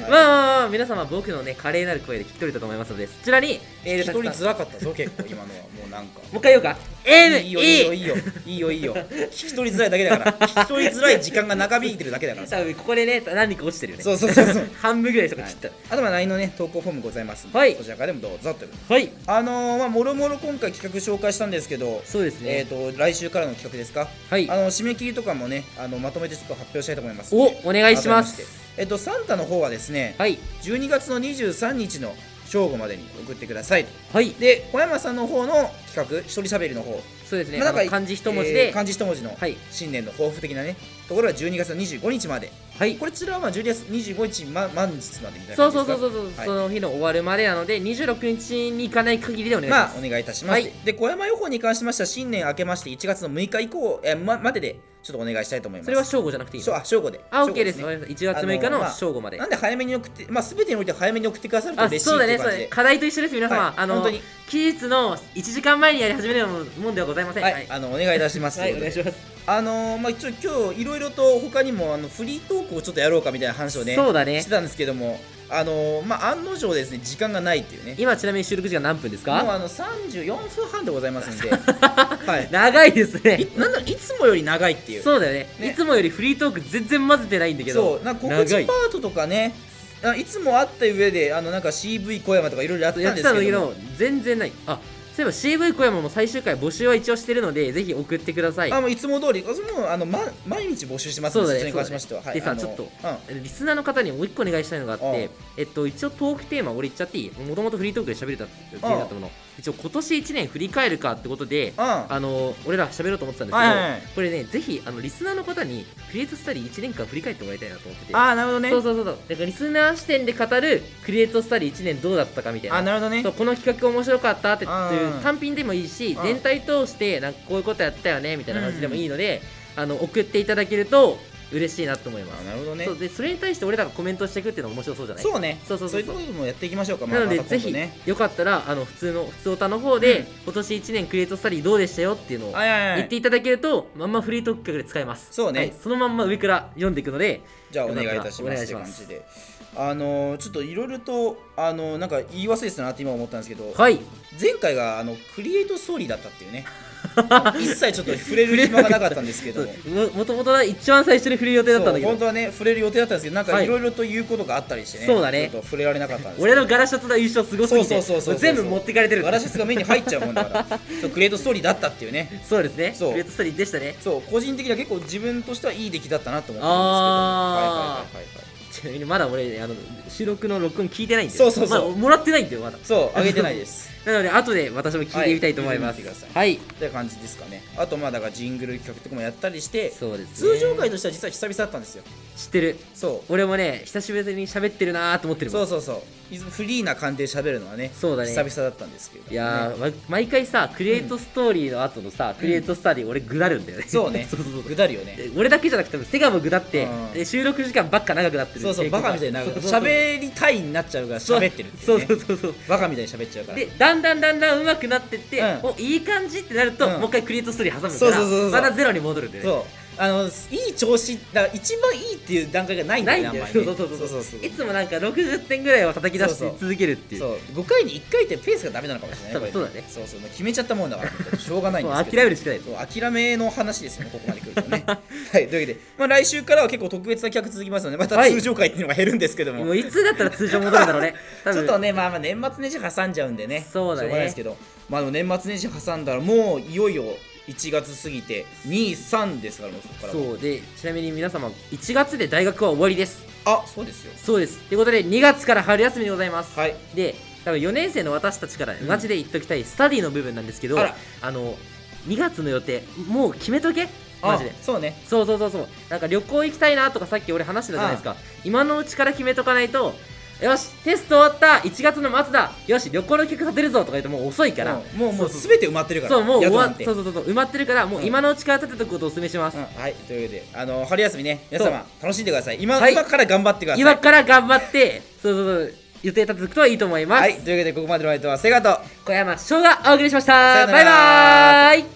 Speaker 2: まあ
Speaker 1: はい
Speaker 2: まあまあ皆様僕のね華麗なる声で聞き取れたと思いますのでそちらにメール
Speaker 1: 一
Speaker 2: たくさ
Speaker 1: 人
Speaker 2: んも
Speaker 1: ずらかったぞ結構今のはもうなんか
Speaker 2: う一回言おうか
Speaker 1: いいよいいよ
Speaker 2: m
Speaker 1: い
Speaker 2: e
Speaker 1: いよいいよいいよ聞き取りづらいだけだから聞き取りづらい時間が長引いてるだけだからさ
Speaker 2: 多分ここでね何か落ちてるよね
Speaker 1: そうそうそうそう
Speaker 2: 半分ぐらいとか切った
Speaker 1: あとは LINE のね投稿フォームございますので、
Speaker 2: はい
Speaker 1: そちらからでもどうぞという
Speaker 2: はい
Speaker 1: あのー、まあもろもろ今回企画紹介したんですけど
Speaker 2: そうですね
Speaker 1: えっ、と来週からの企画ですか
Speaker 2: はい
Speaker 1: あの締め切りとかもねあのまとめてちょっと発表したいと思います
Speaker 2: おお願いします
Speaker 1: 改めてえっ、とサンタの方はですね、
Speaker 2: はい
Speaker 1: 12月の23日の正午までに送ってくださいと
Speaker 2: はい
Speaker 1: で小山さんの方の企画一人喋りの方
Speaker 2: そうですね、
Speaker 1: まあ
Speaker 2: あの漢字一文字
Speaker 1: え
Speaker 2: で、
Speaker 1: ー漢字一文字の
Speaker 2: はい
Speaker 1: 新年の抱負的なねところは12月の25日まで
Speaker 2: はい
Speaker 1: こちらはまあ12月25日ま満日までみたいな
Speaker 2: そ
Speaker 1: 感
Speaker 2: う
Speaker 1: じで
Speaker 2: そ
Speaker 1: すか
Speaker 2: うそうそうそう、
Speaker 1: はい
Speaker 2: その日の終わるまでなので26日に行かない限りでお願いしま、
Speaker 1: ますあお願いいたします、
Speaker 2: はい
Speaker 1: で小山予報に関しましては新年明けまして1月の6日以降、えーま、まででちょっとお願いしたいと思います
Speaker 2: それは正午じゃなくていい
Speaker 1: しょ
Speaker 2: の
Speaker 1: あ正午で
Speaker 2: あ、
Speaker 1: 正
Speaker 2: OK
Speaker 1: 午
Speaker 2: です。
Speaker 1: ね
Speaker 2: わかりました1月6日
Speaker 1: あ
Speaker 2: の
Speaker 1: まあ
Speaker 2: 正午まで。
Speaker 1: なんで早めに送ってまあ全てにおいて早めに送ってくださると
Speaker 2: あ、
Speaker 1: 嬉しい
Speaker 2: そう
Speaker 1: っ
Speaker 2: だ
Speaker 1: てい
Speaker 2: ね、
Speaker 1: う感
Speaker 2: そうだ
Speaker 1: じ
Speaker 2: ね。
Speaker 1: で
Speaker 2: 課題と一緒です、皆様。
Speaker 1: はい
Speaker 2: あ
Speaker 1: 本
Speaker 2: の
Speaker 1: 当に、
Speaker 2: 期日の1時間前にやり始めるもんではございません。
Speaker 1: はい、あのお願いいたします、
Speaker 2: はい
Speaker 1: と
Speaker 2: お
Speaker 1: うこと
Speaker 2: 願
Speaker 1: で
Speaker 2: いします。
Speaker 1: あのーまあ一応今日いろいろと他にもあのフリートークをちょっとやろうかみたいな話をね
Speaker 2: そうだね
Speaker 1: してたんですけどもあのーまあ案の定ですね時間がないっていうね
Speaker 2: 今、ちなみに収録時間何分です
Speaker 1: もう
Speaker 2: か
Speaker 1: あの34分半でございます んでは
Speaker 2: 長いです
Speaker 1: い
Speaker 2: ね。
Speaker 1: いなんだろういつもより長いっていう
Speaker 2: そうだよね
Speaker 1: ね
Speaker 2: いつもよりフリートーク全然混ぜてないんだけど。
Speaker 1: そうなんか告知
Speaker 2: 長い
Speaker 1: パ。ートとかねあいつもあった上であのなんか CV 小山とかいろいろやってた
Speaker 2: やっ
Speaker 1: ん
Speaker 2: て
Speaker 1: で
Speaker 2: た
Speaker 1: す
Speaker 2: んだ
Speaker 1: け
Speaker 2: け
Speaker 1: ども
Speaker 2: ど、全然ない。あ、そういえば CV 小山も最終回募集は一応してるのでぜひ送ってください
Speaker 1: あもういつも通り、あそれもあの、ま、毎日募集してます
Speaker 2: そうだ
Speaker 1: そちらに
Speaker 2: ねそう
Speaker 1: 関
Speaker 2: だ
Speaker 1: し
Speaker 2: ね
Speaker 1: ましては。
Speaker 2: で
Speaker 1: あ
Speaker 2: さ
Speaker 1: の
Speaker 2: ちょっと
Speaker 1: うん、
Speaker 2: リスナーの方にもう一個お願いしたいのがあっ
Speaker 1: うん
Speaker 2: てえっと一応トークテーマ俺言っちゃっていいもともとフリートークで喋れたってだったもの一応今年1年振り返るかってことで
Speaker 1: あ
Speaker 2: あの俺ら喋ろうと思ってたんです
Speaker 1: はいはいはい
Speaker 2: けどこれねぜひあのリスナーの方にクリエイトスタディ1年間振り返ってもらいたいなと思ってて
Speaker 1: あー、なるほどね。
Speaker 2: そうそうそうそうだからリスナー視点で語るクリエイトスタディ1年どうだったかみたい
Speaker 1: あなる
Speaker 2: な
Speaker 1: ほどね
Speaker 2: そう。この企画面白かったって
Speaker 1: うん
Speaker 2: っていう単品でもいいし
Speaker 1: うん
Speaker 2: 全体通してなんかこういうことやったよねみたいな感じでもいいので、あの送っていただけると嬉しいなと思いま
Speaker 1: あ
Speaker 2: す、
Speaker 1: なるほどね
Speaker 2: そ。うでそれに対して俺らがコメントしていくっていうのも面白そうじゃない
Speaker 1: そうね。
Speaker 2: そうそうそうそ
Speaker 1: い
Speaker 2: う
Speaker 1: うこともやっていきましょうか。まあ
Speaker 2: なので、
Speaker 1: また
Speaker 2: ぜ
Speaker 1: 今度
Speaker 2: ひ、
Speaker 1: ね。
Speaker 2: よかったらあの普通の普通オタの方で、
Speaker 1: うん
Speaker 2: 今年1年クリエイトスタディどうでしたよっていうのを
Speaker 1: はいはいは
Speaker 2: 言っ
Speaker 1: い
Speaker 2: て。いただけるとまんまフリートーク企画で使えます
Speaker 1: そうね
Speaker 2: はいそのまんま上から読んでいくので
Speaker 1: じゃあお願いいたし
Speaker 2: お
Speaker 1: ま
Speaker 2: 願
Speaker 1: すって
Speaker 2: いしま
Speaker 1: 感
Speaker 2: す
Speaker 1: じで。あのーちょっといろいろとあのーなんか言い忘れてたなって今思ったんですけど、
Speaker 2: はい
Speaker 1: 前回があのクリエイトストーリーだったっていうね。 一切ちょっと触れる暇がなかったんですけど も。
Speaker 2: ももともとは一番最初に振る予定だったんだけ
Speaker 1: そう
Speaker 2: ど
Speaker 1: 本当はね触れる予定だったんですけどなんか
Speaker 2: はい
Speaker 1: いろいろと言うことがあったりしてね、
Speaker 2: そうだね
Speaker 1: ちょっと触れられなかったんですけど
Speaker 2: 俺のガラシャツの印象すごすぎ
Speaker 1: そ
Speaker 2: て
Speaker 1: うそうそうそうそう
Speaker 2: もう全部持ってかれてる
Speaker 1: ガラシスが目に入っちゃうもんだからそうクリエイトストーリーだったっていう ね
Speaker 2: そうですね
Speaker 1: そう
Speaker 2: クリエイトストーリーでしたね
Speaker 1: そう個人的には結構自分としてはいい出来だったなと思ったん
Speaker 2: あ
Speaker 1: ですけどはいはいはいはいはい
Speaker 2: ちなみにまだ俺あの収録の録音聞いてないんで
Speaker 1: そうそうそう
Speaker 2: まだもらってないんだよまだ
Speaker 1: そうあげてないです
Speaker 2: なので後で私も聞いてみたいと思います
Speaker 1: はい聞いてみてくだ
Speaker 2: はい、
Speaker 1: って感じですかねあとまあだからジングル企画とかもやったりして
Speaker 2: そうです、ね、
Speaker 1: 通常回としては実は久々だったんですよ
Speaker 2: 知ってる
Speaker 1: そ
Speaker 2: 俺もね久しぶりに喋ってるなーと思って
Speaker 1: う
Speaker 2: るも
Speaker 1: そ
Speaker 2: ん
Speaker 1: うそうそういつもフリーな感じで喋るのはね
Speaker 2: そうだね
Speaker 1: 久々だったんですけど、
Speaker 2: いやー、ま毎回さクリエイトストーリーの後のさ、クリエイトスタディ俺ぐだるんだよね
Speaker 1: そうね
Speaker 2: そうそうそう
Speaker 1: ぐだるよね
Speaker 2: で俺だけじゃなくてセガもぐだって
Speaker 1: うん
Speaker 2: で収録時間ばっか長くなってる
Speaker 1: そうそうバカみたいになる
Speaker 2: そうそうそう
Speaker 1: 喋りたいになっちゃうから
Speaker 2: そう
Speaker 1: 喋ってるっていう、ね、
Speaker 2: そうそうそうそう
Speaker 1: バカみたいに喋っちゃうから
Speaker 2: でだんだんだんだん上手くなってって、
Speaker 1: うん
Speaker 2: おいい感じってなると、
Speaker 1: うん
Speaker 2: もう一回クリエイトストーリー挟むから
Speaker 1: そうそうそうそう
Speaker 2: またゼロに戻るんだよね
Speaker 1: そうあのいい調子だ一番いいっていう段階がないんだ
Speaker 2: ない
Speaker 1: よ
Speaker 2: ん
Speaker 1: ね
Speaker 2: だよ
Speaker 1: あんま
Speaker 2: そう
Speaker 1: り
Speaker 2: そう
Speaker 1: ね
Speaker 2: そうそう
Speaker 1: そう
Speaker 2: いつもなんか60点ぐらいを叩き出し
Speaker 1: そう
Speaker 2: て
Speaker 1: そう
Speaker 2: 続けるっていう
Speaker 1: そう5回に1回ってペースがダメなのかもしれない
Speaker 2: 多分
Speaker 1: これ
Speaker 2: そうだね
Speaker 1: そうそうもう決めちゃったもんだからしょうがないん
Speaker 2: も
Speaker 1: で
Speaker 2: う
Speaker 1: すけ
Speaker 2: 諦
Speaker 1: ど
Speaker 2: めるしかない
Speaker 1: そう諦めの話ですよねここまで来るとねはいというわけで、まあ、来週からは結構特別な企画続きますのでまた
Speaker 2: はい
Speaker 1: 通常回っていうのが減るんですけども,、
Speaker 2: もういつだったら通常戻るんだろうね多
Speaker 1: ちょ
Speaker 2: 分
Speaker 1: っとねまあまあ年末年始挟んじゃうんでね
Speaker 2: そうだね
Speaker 1: しょうがないですけどまあでも年末年始挟んだらもういよいよ1月過ぎて23ですからもうそこからは
Speaker 2: そうでちなみに皆様1月で大学は終わりです
Speaker 1: あそうですよ
Speaker 2: そうですということで2月から春休みでございます、
Speaker 1: はい
Speaker 2: で多分4年生の私たちからマジで言っときたいスタディの部分なんですけど、
Speaker 1: あら
Speaker 2: あの2月の予定もう決めとけ
Speaker 1: あ
Speaker 2: マジで
Speaker 1: そうね
Speaker 2: そうそうそうそうなんか旅行行きたいなとかさっき俺話してたじゃないですか今のうちから決めとかないとよしテスト終わった1月の末だよし旅行の企画立てるぞとか言ってもう遅いから
Speaker 1: うんもうもう
Speaker 2: そう
Speaker 1: すべて埋まってるから
Speaker 2: そうもう終
Speaker 1: 宿
Speaker 2: わ
Speaker 1: な
Speaker 2: っ
Speaker 1: んて
Speaker 2: そうそうそうそう埋まってるからもう今のうちから立てとくことをお勧めします、
Speaker 1: うんはいというわけであの春休みね皆様楽しんでください今,、
Speaker 2: はい
Speaker 1: 今から頑張ってください
Speaker 2: 今から頑張ってそうそうそう予定立てとくといいと思います、
Speaker 1: はいというわけでここまでのワイトはセガと
Speaker 2: 小山翔がお送りしました
Speaker 1: さよな
Speaker 2: バ
Speaker 1: ら
Speaker 2: イバーイ